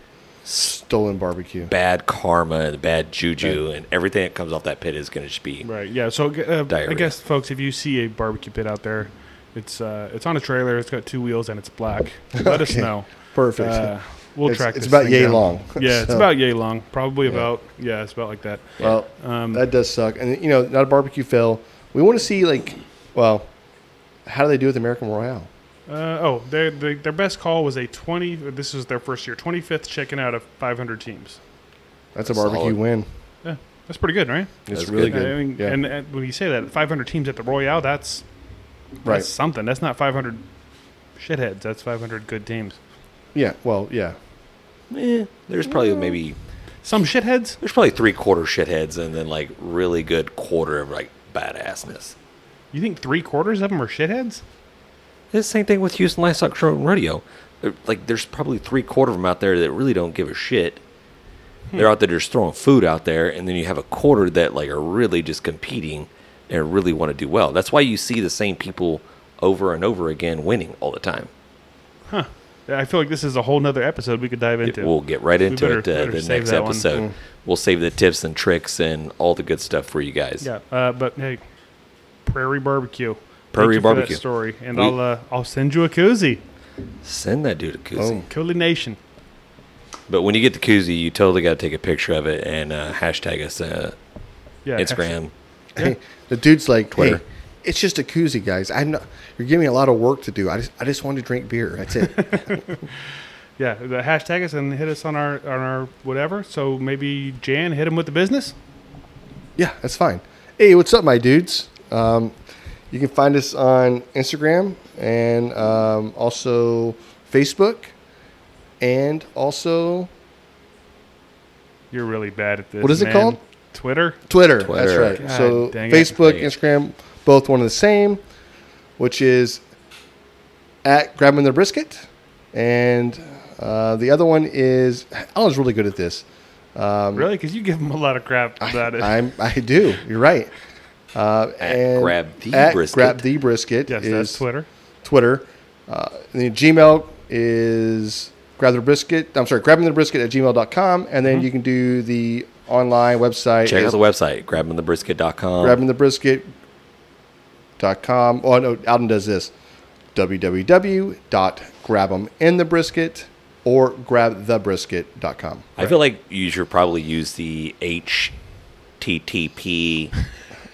Speaker 4: stolen barbecue.
Speaker 2: bad karma and the bad juju and everything that comes off that pit is going to just be
Speaker 3: Right. Yeah. So uh, I
Speaker 2: Diarrhea.
Speaker 3: guess, folks, if you see a barbecue pit out there, it's uh, it's on a trailer. It's got two wheels and it's black. Let us know.
Speaker 4: Perfect.
Speaker 3: Uh, we'll
Speaker 4: It's-
Speaker 3: track.
Speaker 4: it's
Speaker 3: this
Speaker 4: about
Speaker 3: thing
Speaker 4: yay
Speaker 3: down.
Speaker 4: long,
Speaker 3: [LAUGHS] Yeah, it's
Speaker 4: so-
Speaker 3: about yay long. Probably about yeah, it's about like that.
Speaker 4: Well, that does suck, and you know, not a barbecue fail. We want to see like, well, how do they do with American Royale?
Speaker 3: Uh, oh, their, their their best call was a twenty. This was their first year, twenty fifth chicken out of five hundred teams.
Speaker 4: That's a barbecue
Speaker 2: Solid.
Speaker 4: win.
Speaker 3: Yeah, that's pretty good, right?
Speaker 4: It's
Speaker 2: That's
Speaker 4: really
Speaker 2: good.
Speaker 4: good.
Speaker 3: I mean,
Speaker 4: yeah,
Speaker 3: and, and when you say that five hundred teams at the Royale, that's that's
Speaker 4: right.
Speaker 3: something. That's not five hundred shitheads. That's five hundred good teams.
Speaker 4: Yeah. Well, yeah.
Speaker 2: Eh, there's probably maybe
Speaker 3: Some shitheads.
Speaker 2: there's probably three quarter shitheads and then like really good quarter of like badassness.
Speaker 3: You think three quarters of them are shitheads?
Speaker 2: It's the same thing with Houston Livestock Show and Rodeo. Uh, Like there's probably three quarter of them out there that really don't give a shit.
Speaker 3: Hmm.
Speaker 2: They're out there just throwing food out there, and then you have a quarter that like are really just competing and really want to do well. That's why you see the same people over and over again winning all the time.
Speaker 3: I feel like this is a whole nother episode we could dive into.
Speaker 2: We'll get right
Speaker 3: We
Speaker 2: into
Speaker 3: better-
Speaker 2: it uh,
Speaker 3: better
Speaker 2: the
Speaker 3: save
Speaker 2: next
Speaker 3: that one. Hmm.
Speaker 2: episode. We'll save the tips and tricks and all the good stuff for you guys.
Speaker 3: Yeah, uh, but hey, Prairie Barbecue. Thank
Speaker 2: Prairie
Speaker 3: you for that
Speaker 2: Barbecue.
Speaker 3: story, and
Speaker 2: We-
Speaker 3: I'll uh, I'll send you a koozie,
Speaker 2: Send that dude a koozie.
Speaker 4: Oh,
Speaker 3: Cooley Nation.
Speaker 2: But when you get the koozie, you totally got to take a picture of it and uh, hashtag us uh,
Speaker 3: Yeah,
Speaker 2: Instagram.
Speaker 4: hey, [LAUGHS] the dude's like,
Speaker 2: Twitter.
Speaker 4: hey, it's just a koozie, guys. I know you're giving me a lot of work to do. I just, I just wanted to drink beer. That's it.
Speaker 3: Yeah, the hashtag us and hit us on our on our whatever. So maybe Jan hit him with the business.
Speaker 4: yeah, that's fine. Hey, what's up, my dudes? Um, you can find us on Instagram and um, also Facebook and also
Speaker 3: You're really bad at this.
Speaker 4: What is it
Speaker 3: man.
Speaker 4: called?
Speaker 3: Twitter.
Speaker 4: Twitter.
Speaker 2: Twitter.
Speaker 4: That's right.
Speaker 3: God
Speaker 4: so
Speaker 3: dang it.
Speaker 4: Facebook,
Speaker 2: Dang it.
Speaker 4: Instagram, both one and the same, which is at grabbing the brisket, and uh, the other one is Alan's really good at this.
Speaker 3: Really? 'Cause really? Because you give him a lot of crap about it.
Speaker 4: I'm Um, I do. You're right. Uh,
Speaker 2: At
Speaker 4: and
Speaker 2: Grab the
Speaker 4: at
Speaker 2: Brisket.
Speaker 4: Grab the brisket
Speaker 3: yes,
Speaker 4: is
Speaker 3: that's Twitter.
Speaker 4: Twitter. Uh, and then Gmail is grab the brisket. I'm sorry, grabbing the brisket at gmail.com, and then you can do the online website.
Speaker 2: Mm-hmm. Check
Speaker 4: is
Speaker 2: out the website, grabbingthebrisket.com.
Speaker 4: grabbingthebrisket.com. Oh, no, Alden does this www.grabeminthe or grabthebrisket.com.
Speaker 2: I feel like you should probably use the HTTP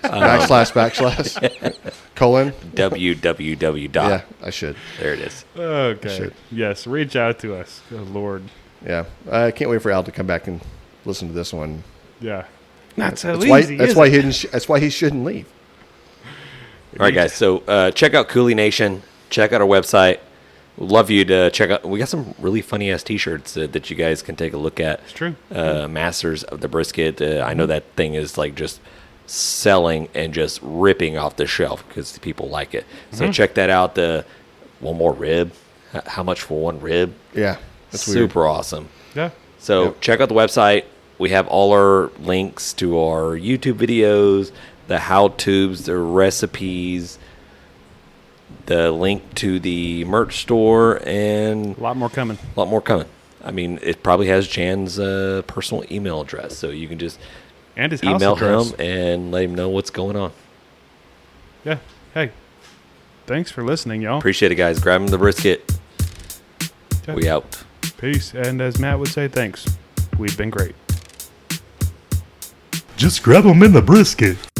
Speaker 4: backslash, backslash, colon.
Speaker 2: www. Dot.
Speaker 4: Yeah, I should.
Speaker 2: There it is.
Speaker 3: Okay.
Speaker 4: Shit.
Speaker 3: Yes, reach out to us. Good lord.
Speaker 4: Yeah. I can't wait for Al to come back and listen to this one.
Speaker 3: Yeah. Not so
Speaker 4: That's
Speaker 3: easy.
Speaker 4: why, that's
Speaker 3: is
Speaker 4: why,
Speaker 3: it?
Speaker 4: he didn't sh- that's why he shouldn't leave.
Speaker 2: All right, guys. So uh, check out Cooley Nation. Check out our website. We'd love you to check out. We got some really funny ass T-shirts uh, that you guys can take a look at. It's
Speaker 3: true.
Speaker 2: Uh, Masters of the brisket. Uh, I know that thing is like just selling and just ripping off the shelf because people like it. So check that out. The one more rib. H- How much for one rib?
Speaker 4: Yeah. That's weird.
Speaker 2: Super awesome.
Speaker 3: Yeah.
Speaker 2: So check out the website. We have all our links to our YouTube videos, the how tubes, the recipes, the link to the merch store, and
Speaker 3: A lot more coming.
Speaker 2: a lot more coming. I mean, it probably has Jan's uh, personal email address, so you can just
Speaker 3: And his house
Speaker 2: email
Speaker 3: address.
Speaker 2: him and let him know what's going on.
Speaker 3: Yeah. Hey. Thanks for listening, y'all.
Speaker 2: Appreciate it, guys. Grab him the brisket.
Speaker 3: Okay.
Speaker 2: We out.
Speaker 3: Peace. And as Matt would say, thanks. We've been great.
Speaker 6: Just grab 'em in the brisket.